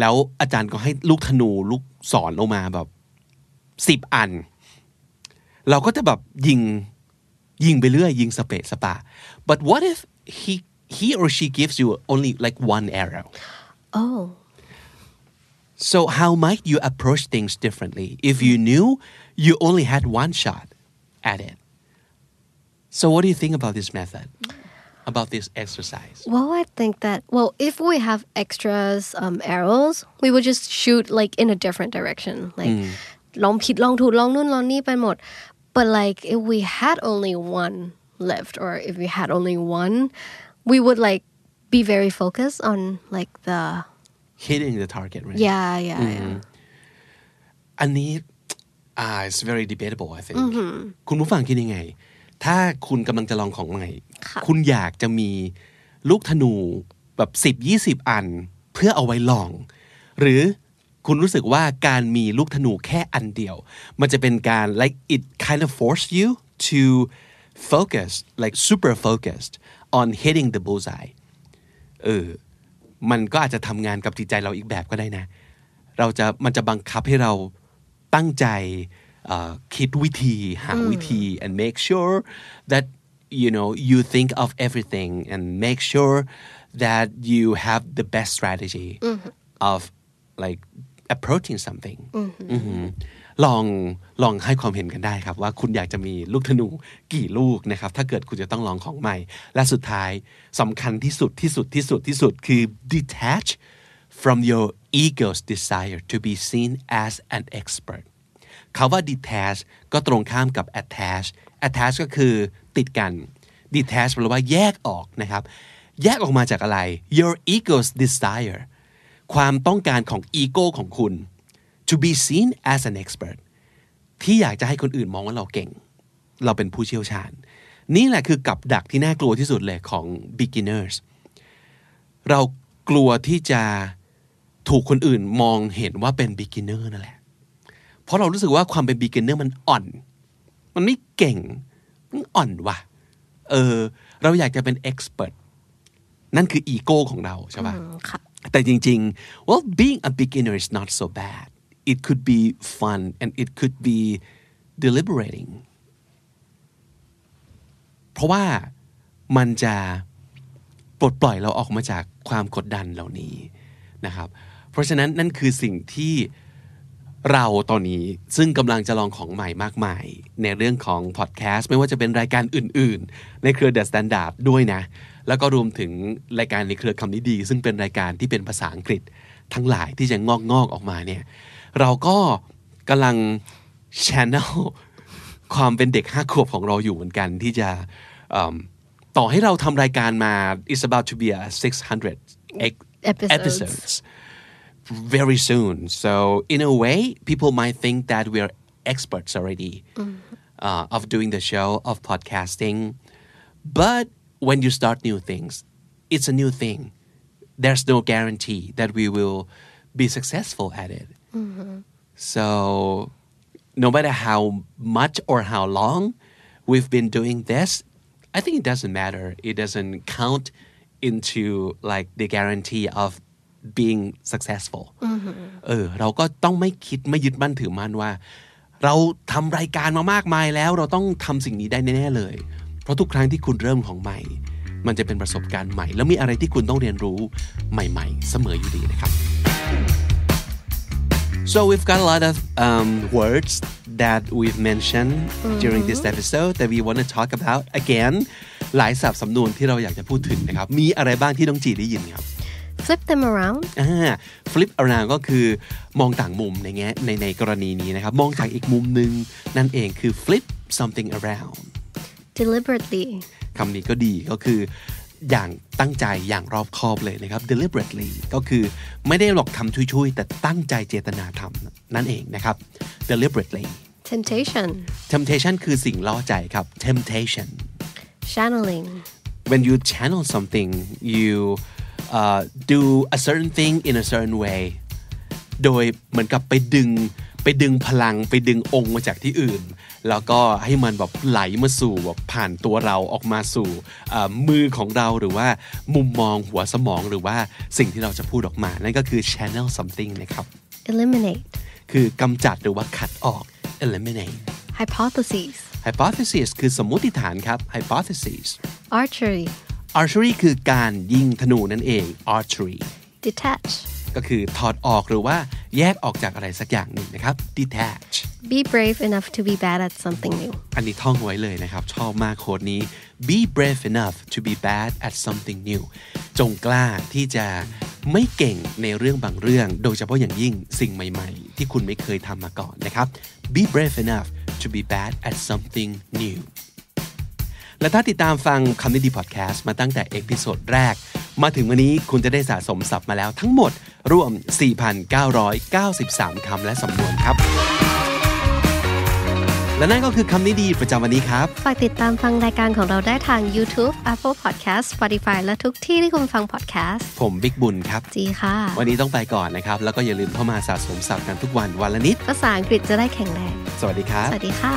E: แล้วอาจารย์ก็ให้ลูกธนูลูกสอนลงมาแบบสิบอัน เราก็จะแบบยิงยิงไปเรื่อย ยิงสเปะสปะ but what if he he or she gives you only like one arrow
B: โอ้
E: So how might you approach things differently if you knew you only had one shot at it? So what do you think about this method? About this exercise?
B: Well, I think that well, if we have extras um, arrows, we would just shoot like in a different direction. Like
E: Mm.
B: long pit, long to long noon, long ni by mod. But like if we had only one left, or if we had only one, we would like be very focused on like the
E: Hitting the target, right?
B: yeah, yeah, yeah.
E: And the, ah, it's very debatable, I think. คุณผู้ฟังคิดยังไง ถ้าคุณกำลังจะลองของใหม่ คุณอยากจะมีลูกธนูแบบสิบยี่สิบอันเพื่อเอาไว้ลอง หรือคุณรู้สึกว่าการมีลูกธนูแค่อันเดียว มันจะเป็นการ like it kind of force you to focus like super focused on hitting the bullseye เออ มันก็อาจจะทำงานกับจิตใจเราอีกแบบก็ได้นะ เราจะมันจะบังคับให้เราตั้งใจเอ่อคิดวิธีหาวิธี and make sure that you know you think of everything and make sure that you have the best strategy of like approaching something อือหือ ลองลองให้ความเห็นกันได้ครับ ว่าคุณอยากจะมีลูกธนูกี่ลูกนะครับ ถ้าเกิดคุณจะต้องลองของใหม่ และสุดท้ายสำคัญที่สุดที่สุดที่สุดที่สุดคือ detach from your ego's desire to be seen as an expert คาว่า detach ก็ตรงข้ามกับ attach attach ก็คือติดกัน detach แปลว่าแยกออกนะครับ แยกออกมาจากอะไร your ego's desire ความต้องการของอีโก้ของคุณ to be seen as an expert ที่อยากจะให้คนอื่นมองว่าเราเก่ง เราเป็นผู้เชี่ยวชาญ นี่แหละคือกับดักที่น่ากลัวที่สุดเลยของ beginners เรากลัวที่จะถูกคนอื่นมองเห็นว่าเป็น beginner นั่นแหละ เพราะเรารู้สึกว่าความเป็น beginner มันอ่อน มันไม่เก่ง มันอ่อนว่ะ เออ เราอยากจะเป็น expert นั่นคืออีโก้ของเราใช่ป่ะ
B: ค่ะ
E: แต่จริงๆ well being a beginner is not so bad it could be fun and it could be deliberating เพราะว่ามันจะปลดปล่อยเราออกมาจากความกดดันเหล่านี้นะครับ เพราะฉะนั้นนั่นคือสิ่งที่เราตอนนี้ซึ่งกำลังจะลองของใหม่มากมาย ในเรื่องของพอดแคสต์ไม่ว่าจะเป็นรายการอื่นๆ ในเครือ The Standard ด้วยนะ แล้วก็รวมถึงรายการในเครือคำนี้ดี ซึ่งเป็นรายการที่เป็นภาษาอังกฤษทั้งหลายที่จะงอกๆออกมาเนี่ยเราก็กำลัง channel ความเป็นเด็กห้าขวบของเราอยู่เหมือนกันที่จะเอิ่มต่อให้เราทำรายการมา is about to be a 600 ex-
B: Episodes.
E: episodes very soon so in a way people might think that we're experts already uh, of doing the show of podcasting but when you start new things it's a new thing there's no guarantee that we will be successful at it So, no matter how much or how long we've been doing this, I think it doesn't matter. It doesn't count into like the guarantee of being successful. เออเราก็ต้องไม่คิดไม่ยึดมั่นถือมั่นว่า เราทำรายการมามากมายแล้ว เราต้องทำสิ่งนี้ได้แน่ๆเลย เพราะทุกครั้งที่คุณเริ่มของใหม่ มันจะเป็นประสบการณ์ใหม่ แล้วมีอะไรที่คุณต้องเรียนรู้ใหม่ ๆ เสมออยู่ดีนะครับ So we've got a lot of um, words that we've mentioned during this episode that we want to talk about again หลายศัพท์สำนวนที่เราอยากจะพูดถึงนะครับ มีอะไรบ้างที่น้องจีได้ยินครับ
B: flip them around
E: อ่า flip around ก็คือมองต่างมุมในแง่ในในกรณีนี้นะครับ มองจากอีกมุมหนึ่งนั่นเองคือ flip something around
B: deliberately
E: คำนี้ก็ดีก็คืออย่างตั้งใจอย่างรอบคอบเลยนะครับ deliberately ก็คือไม่ได้หลอกทำช่วยๆ แต่ตั้งใจเจตนาทำนั่นเองนะครับ deliberately
B: temptation
E: temptation คือสิ่งล่อใจครับ temptation
B: channeling
E: when you channel something you uh, do a certain thing in a certain way โดยเหมือนกับไปดึงไปดึงพลังไปดึงองค์มาจากที่อื่น แล้วก็ให้มันแบบไหลมาสู่แบบผ่านตัวเราออกมาสู่เอ่อมือของเราหรือว่ามุมมองหัวสมองหรือว่าสิ่งที่เราจะพูดออกมา นั่นก็คือ channel something นะครับ
B: eliminate
E: คือกำจัดหรือว่าขัดออก eliminate
B: hypotheses
E: hypothesis คือสมมุติฐานครับ hypothesis
B: archery
E: archery คือการยิงธนูนั่นเอง archery
B: detach
E: ก็คือถอดออกหรือว่าแยกออกจากอะไรสักอย่างหนึ่งนะครับ detach
B: be brave enough to be bad at something new
E: อันนี้ท่องไว้เลยนะครับ ชอบมากโค้ดนี้ be brave enough to be bad at something new จงกล้าที่จะไม่เก่งในเรื่องบางเรื่อง โดยเฉพาะอย่างยิ่งสิ่งใหม่ๆ ที่คุณไม่เคยทำมาก่อนนะครับ be brave enough to be bad at something new และถ้าติดตามฟังคำนิดีพอดแคสต์มาตั้งแต่เอพิโซดแรก มาถึงวันนี้คุณจะได้สะสมศัพท์มาแล้วทั้งหมด รวม 4,993 คำและสำนวนครับ และนั่นก็คือคำนิดีประจำวันนี้ครับ
B: ฝากติดตามฟังรายการของเราได้ทาง YouTube Apple Podcast Spotify และทุกที่ที่คุณฟัง podcast
E: ผมบิ๊กบุญครับ
B: จีค่ะ
E: วันนี้ต้องไปก่อนนะครับ แล้วก็อย่าลืมเข้ามาสะสมศัพท์กันทุกวันวันละนิด
B: ภาษาอังกฤษจะได้แข็งแรง
E: สวัสดีครับ
B: สวัสดีค่ะ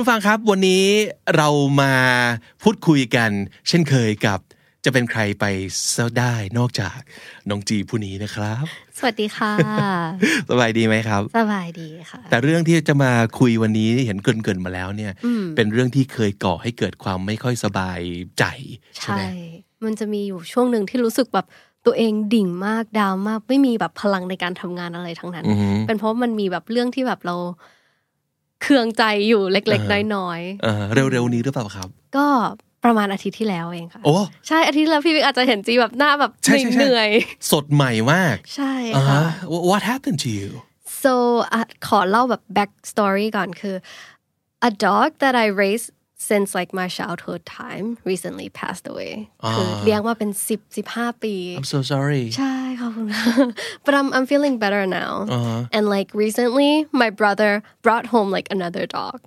E: ผู้ฟังครับวันนี้เรามาพูดคุยกัน เช่นเคยกับจะเป็นใครไปเซะได้นอกจากน้องจีผู้นี้นะครับ
B: สวัสดีค่ะ
E: สบายดีไหมครับ
B: สบายดีค่ะ
E: แต่เรื่องที่จะมาคุยวันนี้เห็นเกรินๆมาแล้วเนี่ย
B: อืม
E: เป็นเรื่องที่เคยก่อให้เกิดความไม่ค่อยสบายใจ ใช่
B: ใช่
E: ไหม
B: มันจะมีอยู่ช่วงหนึ่งที่รู้สึกแบบตัวเองดิ่งมากดาวมาก ไม่มีแบบพลังในการทำงานอะไรทั้งนั้น
E: อือฮึ
B: เป็นเพราะมันมีแบบเรื่องที่แบบเราเคืองใจอยู่เล็กๆ น้อย
E: เอ่อเร็วๆนี้หรือเปล่าครับ
B: ๆ ก็ประมาณอาทิตย์ที่แล้วเองค่ะ
E: โอ้
B: ใช่อาทิตย์ที่แล้วพี่วิกอาจจะเห็นจีแบบหน้าแบบ
E: ใช่ใช่ใช่
B: เหนื่อย
E: สดใหม่มาก
B: ๆใช่
E: อ่า
B: ค่ะ
E: ฮะ What- What happened to you
B: so อ่ะขอเล่าแบบ back story ก่อนคือ a dog that I raised since like my childhood time recently passed away คือเลี้ยงมาเป็น 10 15 ปี
E: I'm so sorry
B: ใช่ขอบคุณค่ะ but I'm I'm feeling better now
E: อ่าฮะ
B: and like recently my brother brought home like another dog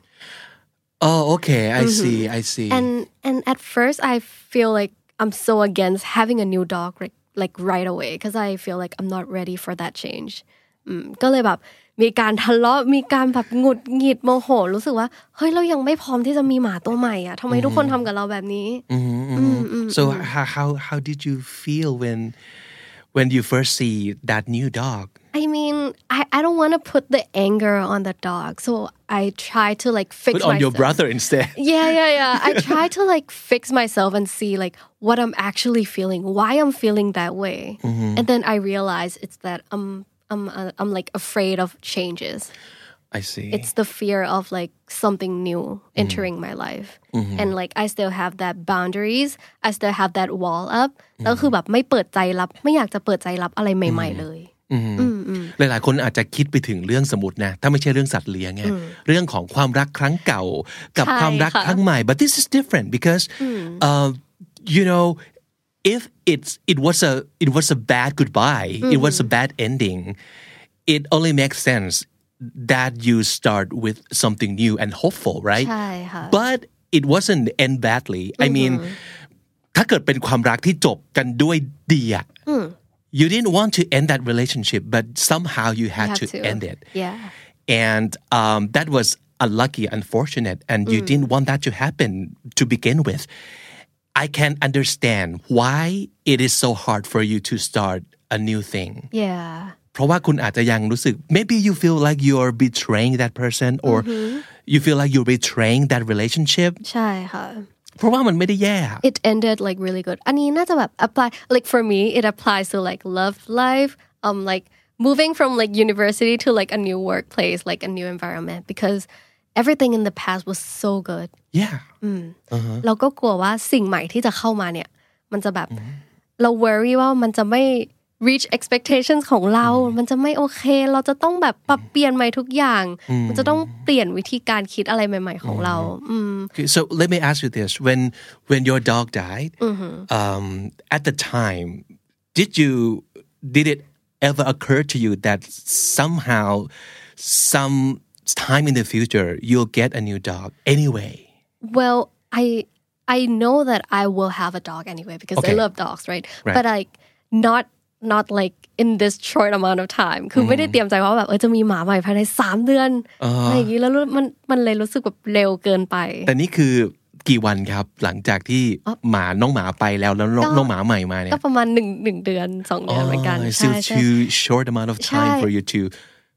E: Oh okay I see I see
B: and and at first I feel like I'm so against having a new dog like like right away because I feel like I'm not ready for that change อืมก็เลยแบบมีการทะเลาะมีการแบบหงุดหงิดโมโห รู้สึกว่า เฮ้ย เรายังไม่พร้อมที่จะมีหมาตัวใหม่อ่ะทำไมทุกคนทำกับเราแบบนี้
E: Mm-hmm. so how how how did you feel when when you first see that new dog
B: I mean I I don't want to put the anger on the dog so I try to like fix
E: put on your
B: myself.
E: brother instead
B: yeah yeah yeah i try to like fix myself and see like what i'm actually feeling why i'm feeling that way
E: Mm-hmm.
B: and then i realize it's that i'm i'm uh, i'm like afraid of changes
E: I see Mm-hmm.
B: it's the fear of like something new entering my life and like i still have that boundaries i still have that wall up
E: Mm-hmm.
B: แล้วคือแบบไม่เปิดใจรับไม่อยากจะเปิดใจรับอะไรใหม่ ๆ เลย
E: หลายๆ คนอาจจะคิดไปถึงเรื่องสมมุตินะ ถ้าไม่ใช่เรื่องสัตว์เลี้ยงไงเรื่องของความรักครั้งเก่า กับ
B: ใช่
E: ความรัก
B: ค่ะ
E: ครั้งใหม่ but this is different because uh, you know if it's it was a it was a bad goodbye it was a bad ending it only makes sense that you start with something new and hopeful right
B: ใช่ค่ะ
E: but it wasn't end badly I mean ถ้าเกิดเป็นความรักที่จบกันด้วยดีอะ you didn't want to end that relationship but somehow you had
B: have
E: to,
B: to.
E: end it
B: yeah
E: and um, that was unlucky unfortunate and you didn't want that to happen to begin with i can understand why it is so hard for you to start a new thing
B: yeah
E: เพราะว่าคุณอาจจะยังรู้สึก maybe you feel like you're betraying that person or you feel like you're betraying that relationship
B: ใช่ค่ะ
E: เพราะว่ามันไม่ได้แย่อะ
B: it ended like really good อันนี้น่าจะแบบ apply like for me it applies to like love life um like moving from like university to like a new workplace like a new environment because everything in the past was so good
E: yeah
B: เราก็กลัวว่าสิ่งใหม่ที่จะเข้ามาเนี่ย มันจะแบบเรา worry ว่ามันจะไม่ reach expectations ของเรา มันจะไม่โอเค เราจะต้องแบบปรับเปลี่ยนใหม่ทุกอย่าง มันจะต้องเปลี่ยนวิธีการคิดอะไรใหม่ ๆ ของเราอืม
E: Okay, so let me ask you this: when when your dog died,
B: Mm-hmm.
E: um, at the time, did you did it ever occur to you that somehow, some time in the future, you'll get a new dog anyway?
B: Well, I I know that I will have a dog anyway because I
E: Okay.
B: love dogs, right? But like not not like in this short amount of time คือไม่ได้เตรียมใจว่าแบบเออจะมีหมาใหม่ภายใน 3 เดือนอะไรอย่างนี้แล้วมันมันเลยรู้สึกแบบเร็วเกินไป
E: แต่นี่คือกี่วันครับหลังจากที่หมาน้องหมาไปแล้วแล้วน้อง
B: ก็
E: น้องหมาใหม่มาเนี่
B: ก็
E: ย
B: ประมาณ1 1เดือน 2 เดือนเหมือนกัน
E: Oh, it's
B: ใช่
E: still
B: ใช่
E: too short amount of time
B: ใช่
E: for you to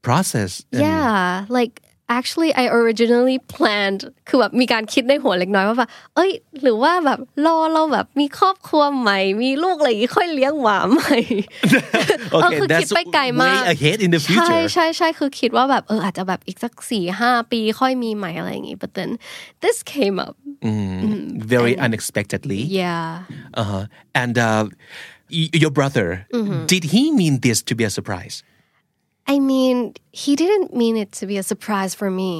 E: process. and-
B: Yeah, like actually I originally planned คือแบบมีการคิดในหัวเล็กน้อยว่าแบบเอ้ย หรือว่าแบบรอเราแบบมีครอบครัวใหม่ มีลูกอะไรอย่างงี้ค่อยเลี้ยงหมาใหม่ เออ
E: Okay,
B: คือคิด
E: that's
B: ไปไกล
E: way
B: มาก
E: ahead in the
B: ใช่
E: future.
B: ใช่ใช่คือคิดว่าแบบเอออาจจะแบบอีกสักสี่ห้าปีค่อยมีใหม่อะไรอย่างงี้ but then this came up
E: Very unexpectedly.
B: yeah
E: Uh-huh. And uh, y- your brother,
B: Mm-hmm.
E: did he mean this to be a surprise?
B: I mean, he didn't mean it to be a surprise for me,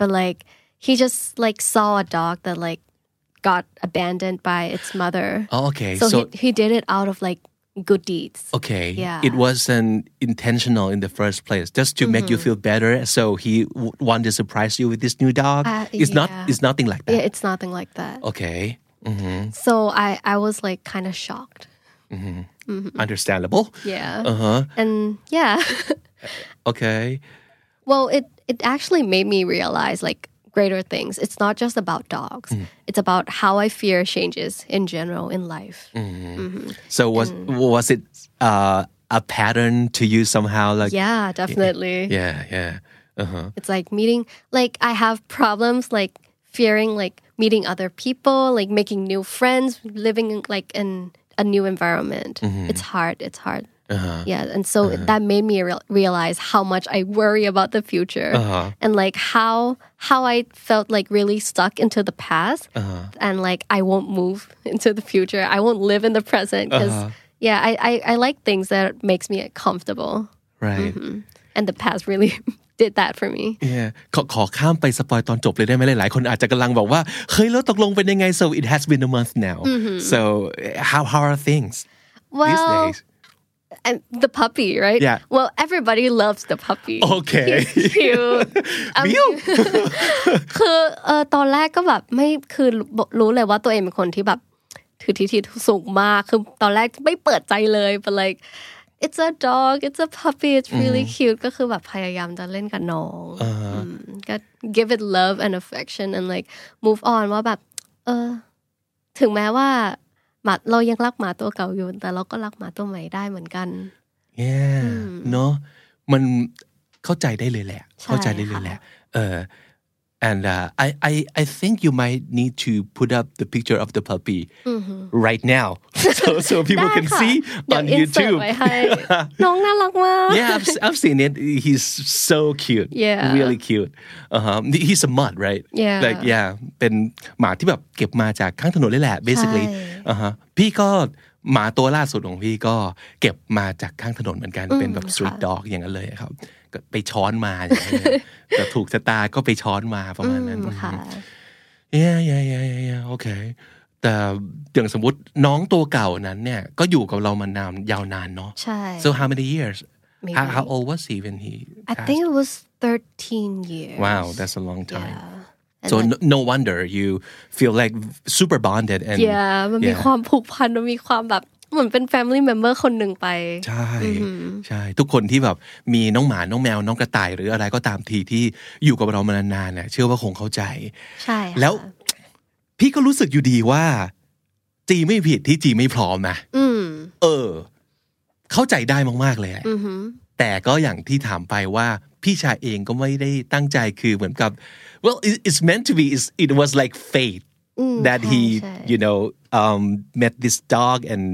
B: but like he just like saw a dog that like got abandoned by its mother.
E: Oh, okay.
B: So,
E: So-
B: he, he did it out of like good deeds.
E: Okay.
B: Yeah.
E: It wasn't intentional in the first place, just to make you
B: Mm-hmm.
E: feel better. So he w- wanted to surprise you with this new dog.
B: Uh,
E: it's not.
B: yeah.
E: It's nothing like that.
B: Yeah, it's nothing like that.
E: Oh. Okay.
B: So I I was like kind of shocked.
E: Understandable.
B: Yeah.
E: Uh-huh.
B: And yeah.
E: Okay.
B: well, it it actually made me realize like greater things. It's not just about dogs. It's about how I fear changes in general in life.
E: So was
B: Mm.
E: was it uh, a pattern to you somehow? Like
B: Yeah, definitely.
E: yeah, yeah.
B: It's like meeting, like, I have problems like fearing, like, meeting other people, like, making new friends, living, like, in a new environment. It's hard. It's hard. Yeah. And so that made me real realize how much I worry about the future and, like, how, how I felt, like, really stuck into the past and, like, I won't move into the future. I won't live in the present because, yeah, I, I, I like things that makes me comfortable. Mm-hmm.
E: right
B: And the past really did that for me.
E: yeah ขอขอข้ามไปสปอยตอนจบเลยได้ไหมหลายๆคนอาจจะกำลังบอกว่าเฮ้ยแล้วตกลงเป็นยังไง so it has been a month now so how how are things these
B: Well,
E: days
B: and the puppy, right?
E: Yeah.
B: Well, everybody loves the puppy.
E: Oh, Okay.
B: He's cute.
E: มิ้ว
B: คือเออตอนแรกก็แบบไม่คือรู้เลยว่าตัวเองเป็นคนที่แบบถือทิฐิสูงมากคือตอนแรกไม่เปิดใจเลย but like it's a dog it's a puppy it's really cute ก็คือแบบพยายามจะเล่นกับน้องมก็ give it love and affection and like move on ว่าแบบเออถึงแม้ว่าหมาเรายังรักหมาตัวเก่าอยู่ แต่เราก็รักหมาตัวใหม่ได้เหมือนกัน
E: yeah เนอะมันเข้าใจได้เลยแหละ
B: ใช่
E: เข้าใจได้เลยแหละ
B: ค่ะ
E: เออ and uh, I I I think you might need to put up the picture of the puppy right now so so people
B: ได้
E: can
B: ค่ะ
E: see
B: เดี๋ยว
E: on
B: อินเสิร์
E: YouTube
B: ไว้ ให้ น้องน่ารักมาก
E: yeah, I've, I've seen it. He's so cute.
B: Yeah.
E: Really cute. Uh-huh. He's a mutt, right?
B: Yeah.
E: Like yeah เป็นหมาที่แบบเก็บมาจากข้างถนนเลยแหละ basically
B: ใช่
E: อ่าฮะพี่ก็หมาตัวล่าสุดของพี่ก็เก็บมาจากข้างถนนเหมือนกัน เป็นแบบ street dog อย่างนั้นเลยครับก็ไปช้อนมาอย่างนั้นเลยแต่ถูกชะตาก็ไปช้อนมาประมาณนั้น
B: ค่ะ
E: yeah yeah yeah yeah yeah okay แต่อย่างสมมติน้องตัวเก่านั้นเนี่ย ก็อยู่กับเรามานานยาวนานเนาะ
B: ใช่
E: so how many years
B: Maybe.
E: how, how old was he when he
B: I
E: passed?
B: think it was 13 years
E: wow that's a long time
B: And
E: so
B: then-
E: no, no wonder you feel like super bonded and
B: yeah มันมี
E: Yeah.
B: ความผูกพัน มันมีความแบบ เหมือนเป็น family member คนหนึ่งไป
E: ใช่ใช่ ทุกคนที่แบบมีน้องหมา น้องแมว น้องกระต่าย หรืออะไรก็ตามทีที่อยู่กับเรามานานๆเนี่ยเชื่อว่าคงเข้าใจ
B: ใช่ค่ะ
E: แล้วพี่ก็รู้สึกอยู่ดีว่า จีไม่ผิดที่จีไม่พร้อมนะ
B: อืม
E: เออ เข้าใจได้มากๆเลยแหละ
B: อือหือ
E: แต่ก็อย่างที่ถามไปว่าพี่ชายเองก็ไม่ได้ตั้งใจคือเหมือนกับ well it- it's meant to be it's, it was like fate
B: อืม
E: that he
B: ใช่ใช่
E: you know um, met this dog and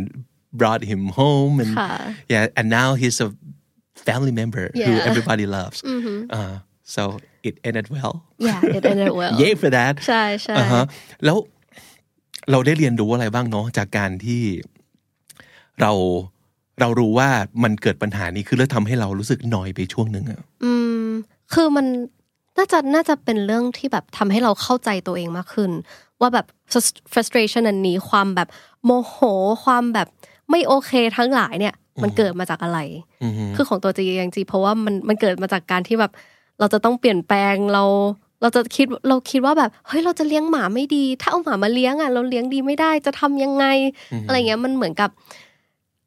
E: brought him home and
B: ค่ะ
E: yeah and now he's a family member who
B: Yeah.
E: everybody loves uh, so it ended well
B: yeah it ended well
E: yay for that
B: ใช่ใช่
E: อ่าฮะแล้วเราได้เรียนรู้อะไรบ้างเนาะจากการที่เราเรารู้ว่ามันเกิดปัญหานี้ขึ้นแล้วทำให้เรารู้สึกหนอยไปช่วงหนึ่งอะ
B: อืมคือมันน่าจะน่าจะเป็นเรื่องที่แบบทำให้เราเข้าใจตัวเองมากขึ้น ว่าแบบ frust- frustration อันนี้ความแบบโมโห ความแบบไม่โอเคทั้งหลายเนี่ย มันเกิดมาจากอะไร คือของตัวจีเองจีเพราะว่ามันมันเกิดมาจากการที่แบบ เราจะต้องเปลี่ยนแปลงเรา เราจะคิดเราคิดว่าแบบเฮ้ยเราจะเลี้ยงหมาไม่ดี ถ้าเอาหมามาเลี้ยงอ่ะเราเลี้ยงดีไม่ได้จะทำยังไง อะไรเงี้ยมันเหมือนกับ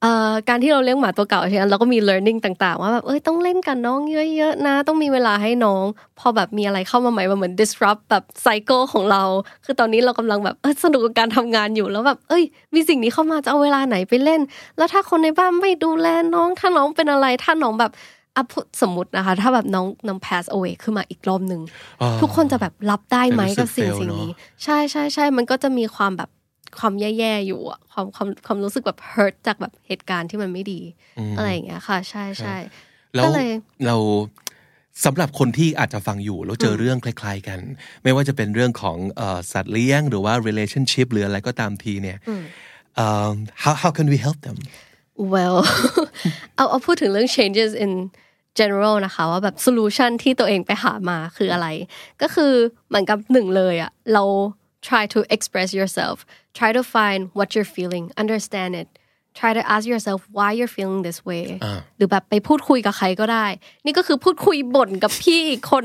B: เอ่อการที่เราเลี้ยงหมาตัวเก่าใช่ไหมเราก็มี learning ต่าง ๆ ว่าแบบเอ้ยต้องเล่นกับน้องเยอะๆนะ ต้องมีเวลาให้น้อง พอแบบมีอะไรเข้ามาใหม่มันเหมือน disrupt แบบ cycle ของเรา คือตอนนี้เรากำลังแบบเอ้ยสนุกกับการทำงานอยู่แล้วแบบเอ้ย มีสิ่งนี้เข้ามาจะเอาเวลาไหนไปเล่น แล้วถ้าคนในบ้านไม่ดูแลน้อง ถ้าน้องเป็นอะไร ถ้าน้องแบบอ่ะพูดสมมตินะคะ ถ้าแบบน้องน้อง pass away ขึ้นมาอีกรอบหนึ่ง
E: อ่า
B: ทุกคนจะแบบรับได้ไหม
E: จะรู้สึ
B: กับ
E: ก
B: สิ่ง
E: fail
B: สิ่ง
E: เนอะ
B: นี้ ใช่ใช่ใช่ มันก็จะมีความแบบความแย่ๆอยู่อะความความความรู้สึกแบบ hurt จากแบบเหตุการณ์ที่มันไม่ดี อะไรอย่างเงี้ยค่ะ ใช่ใช่
E: แล้ว
B: ก็เลย
E: เราสำหรับคนที่อาจจะฟังอยู่แล้วเจอเรื่องคล้ายๆกัน ไม่ว่าจะเป็นเรื่องของเอ่อสัตว์เลี้ยงหรือว่า relationship หรืออะไรก็ตามทีเนี่ยเอิ่ม how how can we help them
B: well เอาเอาพูดถึงเรื่อง changes in general นะคะว่าแบบ solution ที่ตัวเองไปหามาคืออะไร ก็คือเหมือนกับหนึ่งเลยอะเรา try to express yourself try to find what you're feeling understand it try to ask yourself why you're feeling this way หรือแบบไปพูดคุยกับใครก็ได้ นี่ก็คือพูดคุยบ่นกับพี่อีกคน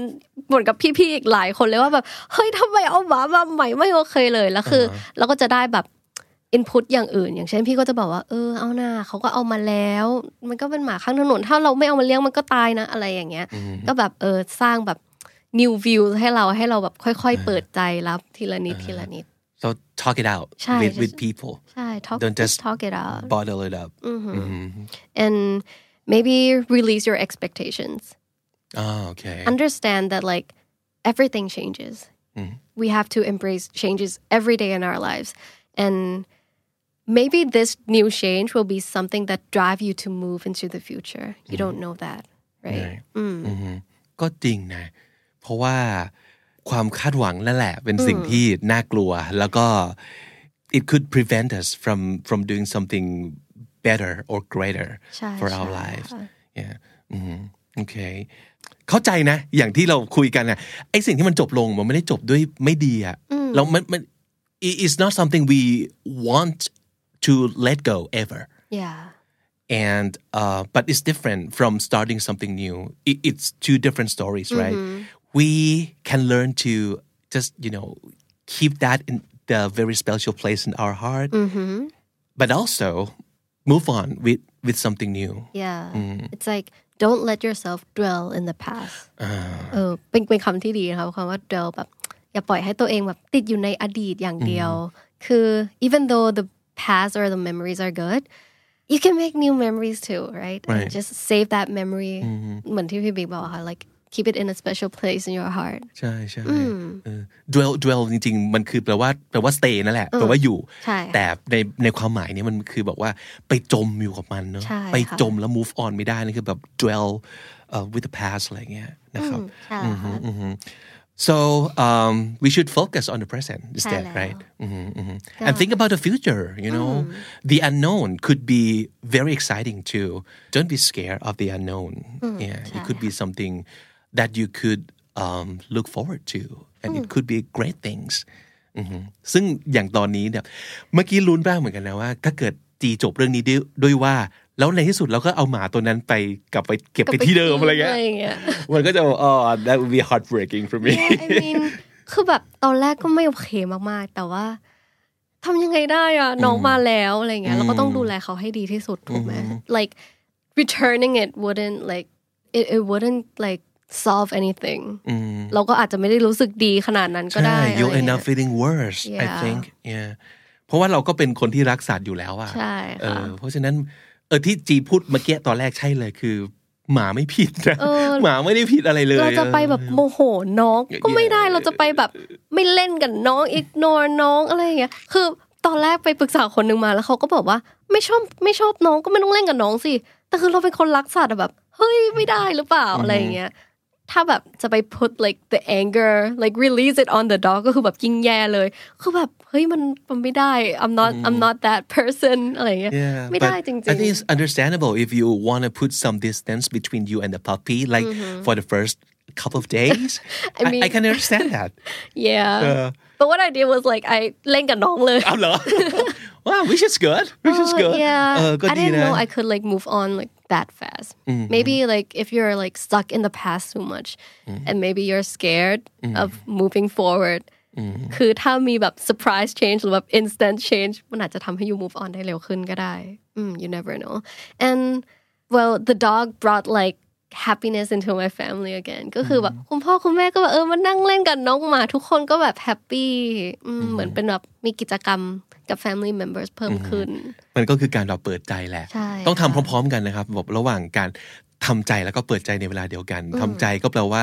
B: บ่นกับพี่ๆอีกหลายคนเลยว่าแบบ เฮ้ยทำไมเอาหมามาใหม่ไม่โอเคเลยแล้วคือเราก็จะได้แบบ อินพุตอย่างอื่น อย่างเช่นพี่ก็จะบอกว่าเออเอาหน้าเขาก็เอามาแล้ว มันก็เป็นหมาข้างถนนถ้าเราไม่เอามาเลี้ยงมันก็ตายนะอะไรอย่างเงี้ย ก็แบบเออสร้างแบบ new view ให้เราให้เราแบบค่อย ๆ เปิดใจรับทีละนิดทีละนิด
E: so talk it out
B: ใช่
E: with
B: ใช่
E: with people
B: ใช่ talk
E: Don't just-
B: talk it out
E: bottle it up
B: and maybe release your expectations
E: oh okay
B: understand that like everything changes
E: Mm-hmm.
B: we have to embrace changes every day in our lives and maybe this new change will be something that drive you to move into the future you
E: Mm-hmm.
B: don't know that right
E: ก็จริงนะ เพราะว่าความคาดหวังนั่นแหละ เป็นสิ่งที่น่ากลัว แล้วก็ it could prevent us from from doing something better or greater
B: ใช่
E: for our
B: ใช่
E: lives yeah อืมโอเค เข้าใจนะ อย่างที่เราคุยกันนะไอสิ่งที่มันจบลงมันไม่ได้จบด้วยไม่ดีอะแล้วมันมัน it- it's not something we want to let go ever
B: yeah
E: and uh, but it's different from starting something new it, it's two different stories
B: Mm-hmm.
E: right we can learn to just you know keep that in the very special place in our heart
B: Mm-hmm.
E: but also move on with with something new
B: yeah
E: Mm.
B: it's like don't let yourself dwell in the past เออ
E: Ah.
B: เป็นเป็นคำที่ดีนะคะคำว่า dwell แบบอย่าปล่อยให้ตัวเองแบบติดอยู่ในอดีตอย่างเดียว คือ even though the past or the memories are good you can make new memories too right, And
E: Right. Mm-hmm.
B: just save that memory เหมือนที่พี่บิ๊กบอกอะค่ะ like keep it in a special place in your heart
E: ใช่ใช่
B: Mm.
E: เออ Uh, dwell dwell จริงๆ มันคือแปลว่าแปลว่า stay นั่นแหละแปลว่าอยู่
B: Mm. ใช่ค่ะ
E: แต่ในในความหมายเนี้มันคือแบบว่าไปจมอยู่กับมันเนาะ
B: ใช่ค่ะ
E: ไปจมแล้ว move on ไม่ได้นั่นคือแบบ dwell เอ่อ with the past อะไรเงี้ยนะครับ
B: ใช่แล้วค่ะ
E: Mm-hmm. So um, we should focus on the present instead,
B: Hello.
E: right? Mhm, mhm. And think about the future. You know, the unknown could be very exciting too. Don't be scared of the unknown. yeah, it could be something that you could um, look forward to, and it could be great things. อือฮึซึ่งอย่างตอนนี้เนี่ยเมื่อกี้ลุ้นบ้างเหมือนกันนะว่า ถ้าเกิดจีจบเรื่องนี้ด้วยด้วยว่า แล้วในที่สุดเราก็เอาหมาตัวนั้นไปกลับไปเก็บไป ที่เดิม อะไรเงี้ย
B: ย
E: มันก็จะแบบอ๋อ that would be heartbreaking for me
B: Yeah, I mean คือแบบตอนแรกก็ไม่โอเคมากๆ แต่ว่าทำยังไงได้อะน้องมาแล้วอะไรเงี้ยเราก็ต้องดูแลเขาให้ดีที่สุดถูกไหม like returning it wouldn't like it it wouldn't like solve anything เราก็อาจจะไม่ได้รู้สึกดีขนาดนั้นก็ได้อะไร
E: you
B: เงี้
E: end up
B: ย
E: feeling worse I
B: Yeah.
E: think yeah เพราะว่าเราก็เป็นคนที่รักสัตว์อยู่แล้วอะ
B: ใช่
E: เอ
B: ค่ะ
E: อเพราะฉะนั้นเออที่จีพูดเมื่อกี้ตอนแรกใช่เลยคือ หมาไม่ผิดนะ
B: เออ
E: หมาไม่ได้ผิดอะไรเลย
B: เราจะไปแบบโมโหน้องก็ไม่ได้
E: Yeah.
B: เราจะไปแบบไม่เล่นกับน้อง ignore น้องอะไรอย่างเงี้ยคือตอนแรกไปปรึกษาคนหนึ่งมาแล้วเขาก็บอกว่าไม่ชอบไม่ชอบน้องก็ไม่ต้องเล่นกับน้องสิแต่คือเราเป็นคนรักสัตว์อะแบบเฮ้ยไม่ได้หรือเปล่าอะไรอย่างเงี้ยถ้าแบบจะไป put like the anger like release it on the dog ก็คือแบบยิ่งแย่เลยคือแบบเฮ้ยมันมันไม่ได้ I'm not I'm not that person อะไรอย่างเงี้ย
E: Yeah,
B: ไม่ได้
E: but
B: จริง
E: I think
B: ๆ
E: it's understandable if you want to put some distance between you and the puppy, like for the first couple of days. I,
B: mean-
E: I can understand that.
B: yeah but what I did was like I เล่นกับน้องเลย
E: เอาเหรอ wow, which is good, which is
B: Uh,
E: good. Mm-hmm.
B: Yeah.
E: เออก็
B: I
E: ดี
B: didn't
E: นะ
B: know I could like move on like that fast. Maybe like if you're like stuck in the past too much
E: Mm-hmm.
B: and maybe you're scared of moving forward.
E: Mm-hmm.
B: คือถ้ามีแบบ surprise change หรือแบบ instant change มันอาจจะทำให้ you move on ได้เร็วขึ้นก็ได้อืม you never know and well the dog brought like happiness into my family again ก็
E: Mm-hmm.
B: คือแบบคุณพ่อคุณแม่ก็แบบเออมานั่งเล่นกับน้องหมาทุกคนก็แบบ happy อื
E: Mm-hmm.
B: ม Mm, เหมือนเป็นแบบมีกิจกรรมกับ family members เพิ่มขึ้น
E: มันก็คือการเราเปิดใจแหละ
B: ใช่
E: ต้องทำ
B: ค่ะ
E: พร้อมๆกันนะครับแบบระหว่างการทำใจแล้วก็เปิดใจในเวลาเดียวกันทำใจก็แปลว่า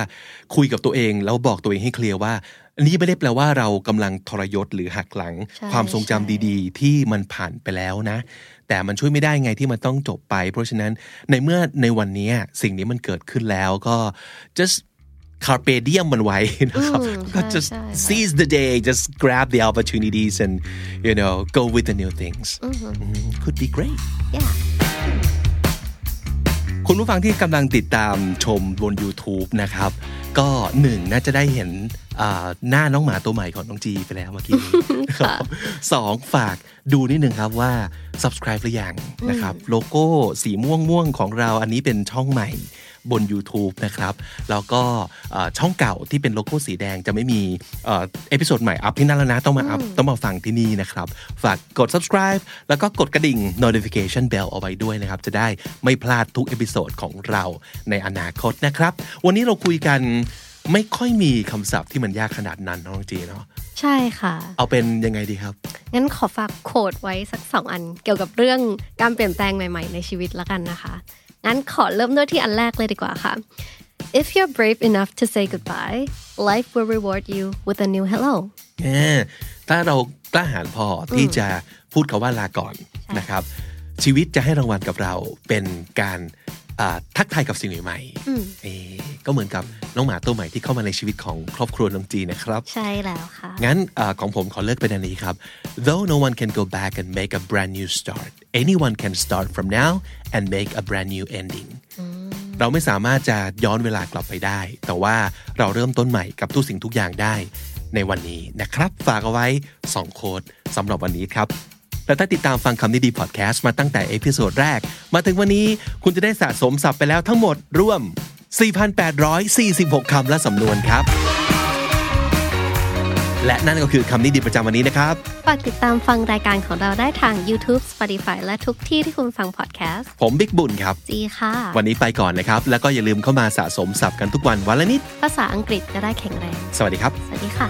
E: คุยกับตัวเองแล้วบอกตัวเองให้เคลียร์ว่าอันนี้ไม่ได้แปลว่าเรากำลังทรยศหรือหักหลัง
B: ใช่
E: ความทรงจำ
B: ใช่
E: ดีๆ ที่มันผ่านไปแล้วนะ แต่มันช่วยไม่ได้ไงที่มันต้องจบไป เพราะฉะนั้นในเมื่อในวันนี้สิ่งนี้มันเกิดขึ้นแล้วก็ just carpe diem มันไว้ นะครับ
B: อืม
E: ก็
B: ใช่
E: just
B: ใช่ค่ะ
E: seize the day just grab the opportunities and you know go with the new things could be great
B: Yeah.
E: คุณผู้ฟังที่กำลังติดตามชมบน YouTube นะครับ ก็หนึ่งน่าจะได้เห็นอ่าหน้าน้องหมาตัวใหม่ของน้องจีไปแล้วเมื่อกี้นี้ นะครับสองฝากดูนิดนึงครับว่า subscribe หรือยังนะครับ โลโก้สีม่วงม่วงๆของเราอันนี้เป็นช่องใหม่บน YouTube นะครับ แล้วก็อ่าช่องเก่าที่เป็นโลโก้สีแดงจะไม่มีเอ่อเอพิโซดใหม่อัพที่นั่นแล้วนะ ต้องมาอัพต้องมาฟังที่นี่นะครับ ฝากกด subscribe แล้วก็กดกระดิ่ง notification bell เอาไว้ด้วยนะครับ จะได้ไม่พลาดทุกเอพิโซดของเราในอนาคตนะครับ วันนี้เราคุยกัน ไม่ค่อยมีคำศัพท์ที่มันยากขนาดนั้นน้องจีเนาะ
B: ใช่ค่ะ
E: เอาเป็นยังไงดีครับ
B: งั้นขอฝากโคดไว้สักสองอันเกี่ยวกับเรื่องการเปลี่ยนแปลงใหม่ ๆ ในชีวิตละกันนะคะ งั้นขอเริ่มด้วยที่อันแรกเลยดีกว่าค่ะ If you're brave enough to say goodbye life will reward you with a new hello
E: แหมถ้าเรากล้าหาญพอที่จะพูดคาว่าลาก่อนนะครับ ชีวิตจะให้รางวัลกับเราเป็นการอ่าทักทายกับสิ่งใหม่ๆ
B: อืม
E: เอ่อก็เหมือนกับน้องหมาตัวใหม่ที่เข้ามาในชีวิตของครอบครัวน้องจีนะครับ
B: ใช่แล้วค่ะ
E: งั้นอ่าของผมขอเลือกเป็นอันนี้ครับ though no one can go back and make a brand new start anyone can start from now and make a brand new ending เราไม่สามารถจะย้อนเวลากลับไปได้ แต่ว่าเราเริ่มต้นใหม่กับทุกสิ่งทุกอย่างได้ในวันนี้นะครับ ฝากเอาไว้ 2 โค้ดสำหรับวันนี้ครับ และถ้าติดตามฟังคำนี้ดีพอดแคสต์มาตั้งแต่เอพิโซดแรก มาถึงวันนี้คุณจะได้สะสมศัพท์ไปแล้วทั้งหมดรวม 4,846 คำและสำนวนครับ และนั่นก็คือคำนี้ดีประจำวันนี้นะครับ
B: ฝากติดตามฟังรายการของเราได้ทาง YouTube Spotify และทุกที่ที่คุณฟังพอดแคสต์
E: ผมบิ๊กบุญครับ
B: จีค่ะ
E: วันนี้ไปก่อนนะครับ แล้วก็อย่าลืมเข้ามาสะสมศัพท์กันทุกวันวันละนิด
B: ภาษาอังกฤษจะได้แข็งแรง
E: สวัสดีครับ
B: สวัสดีค่ะ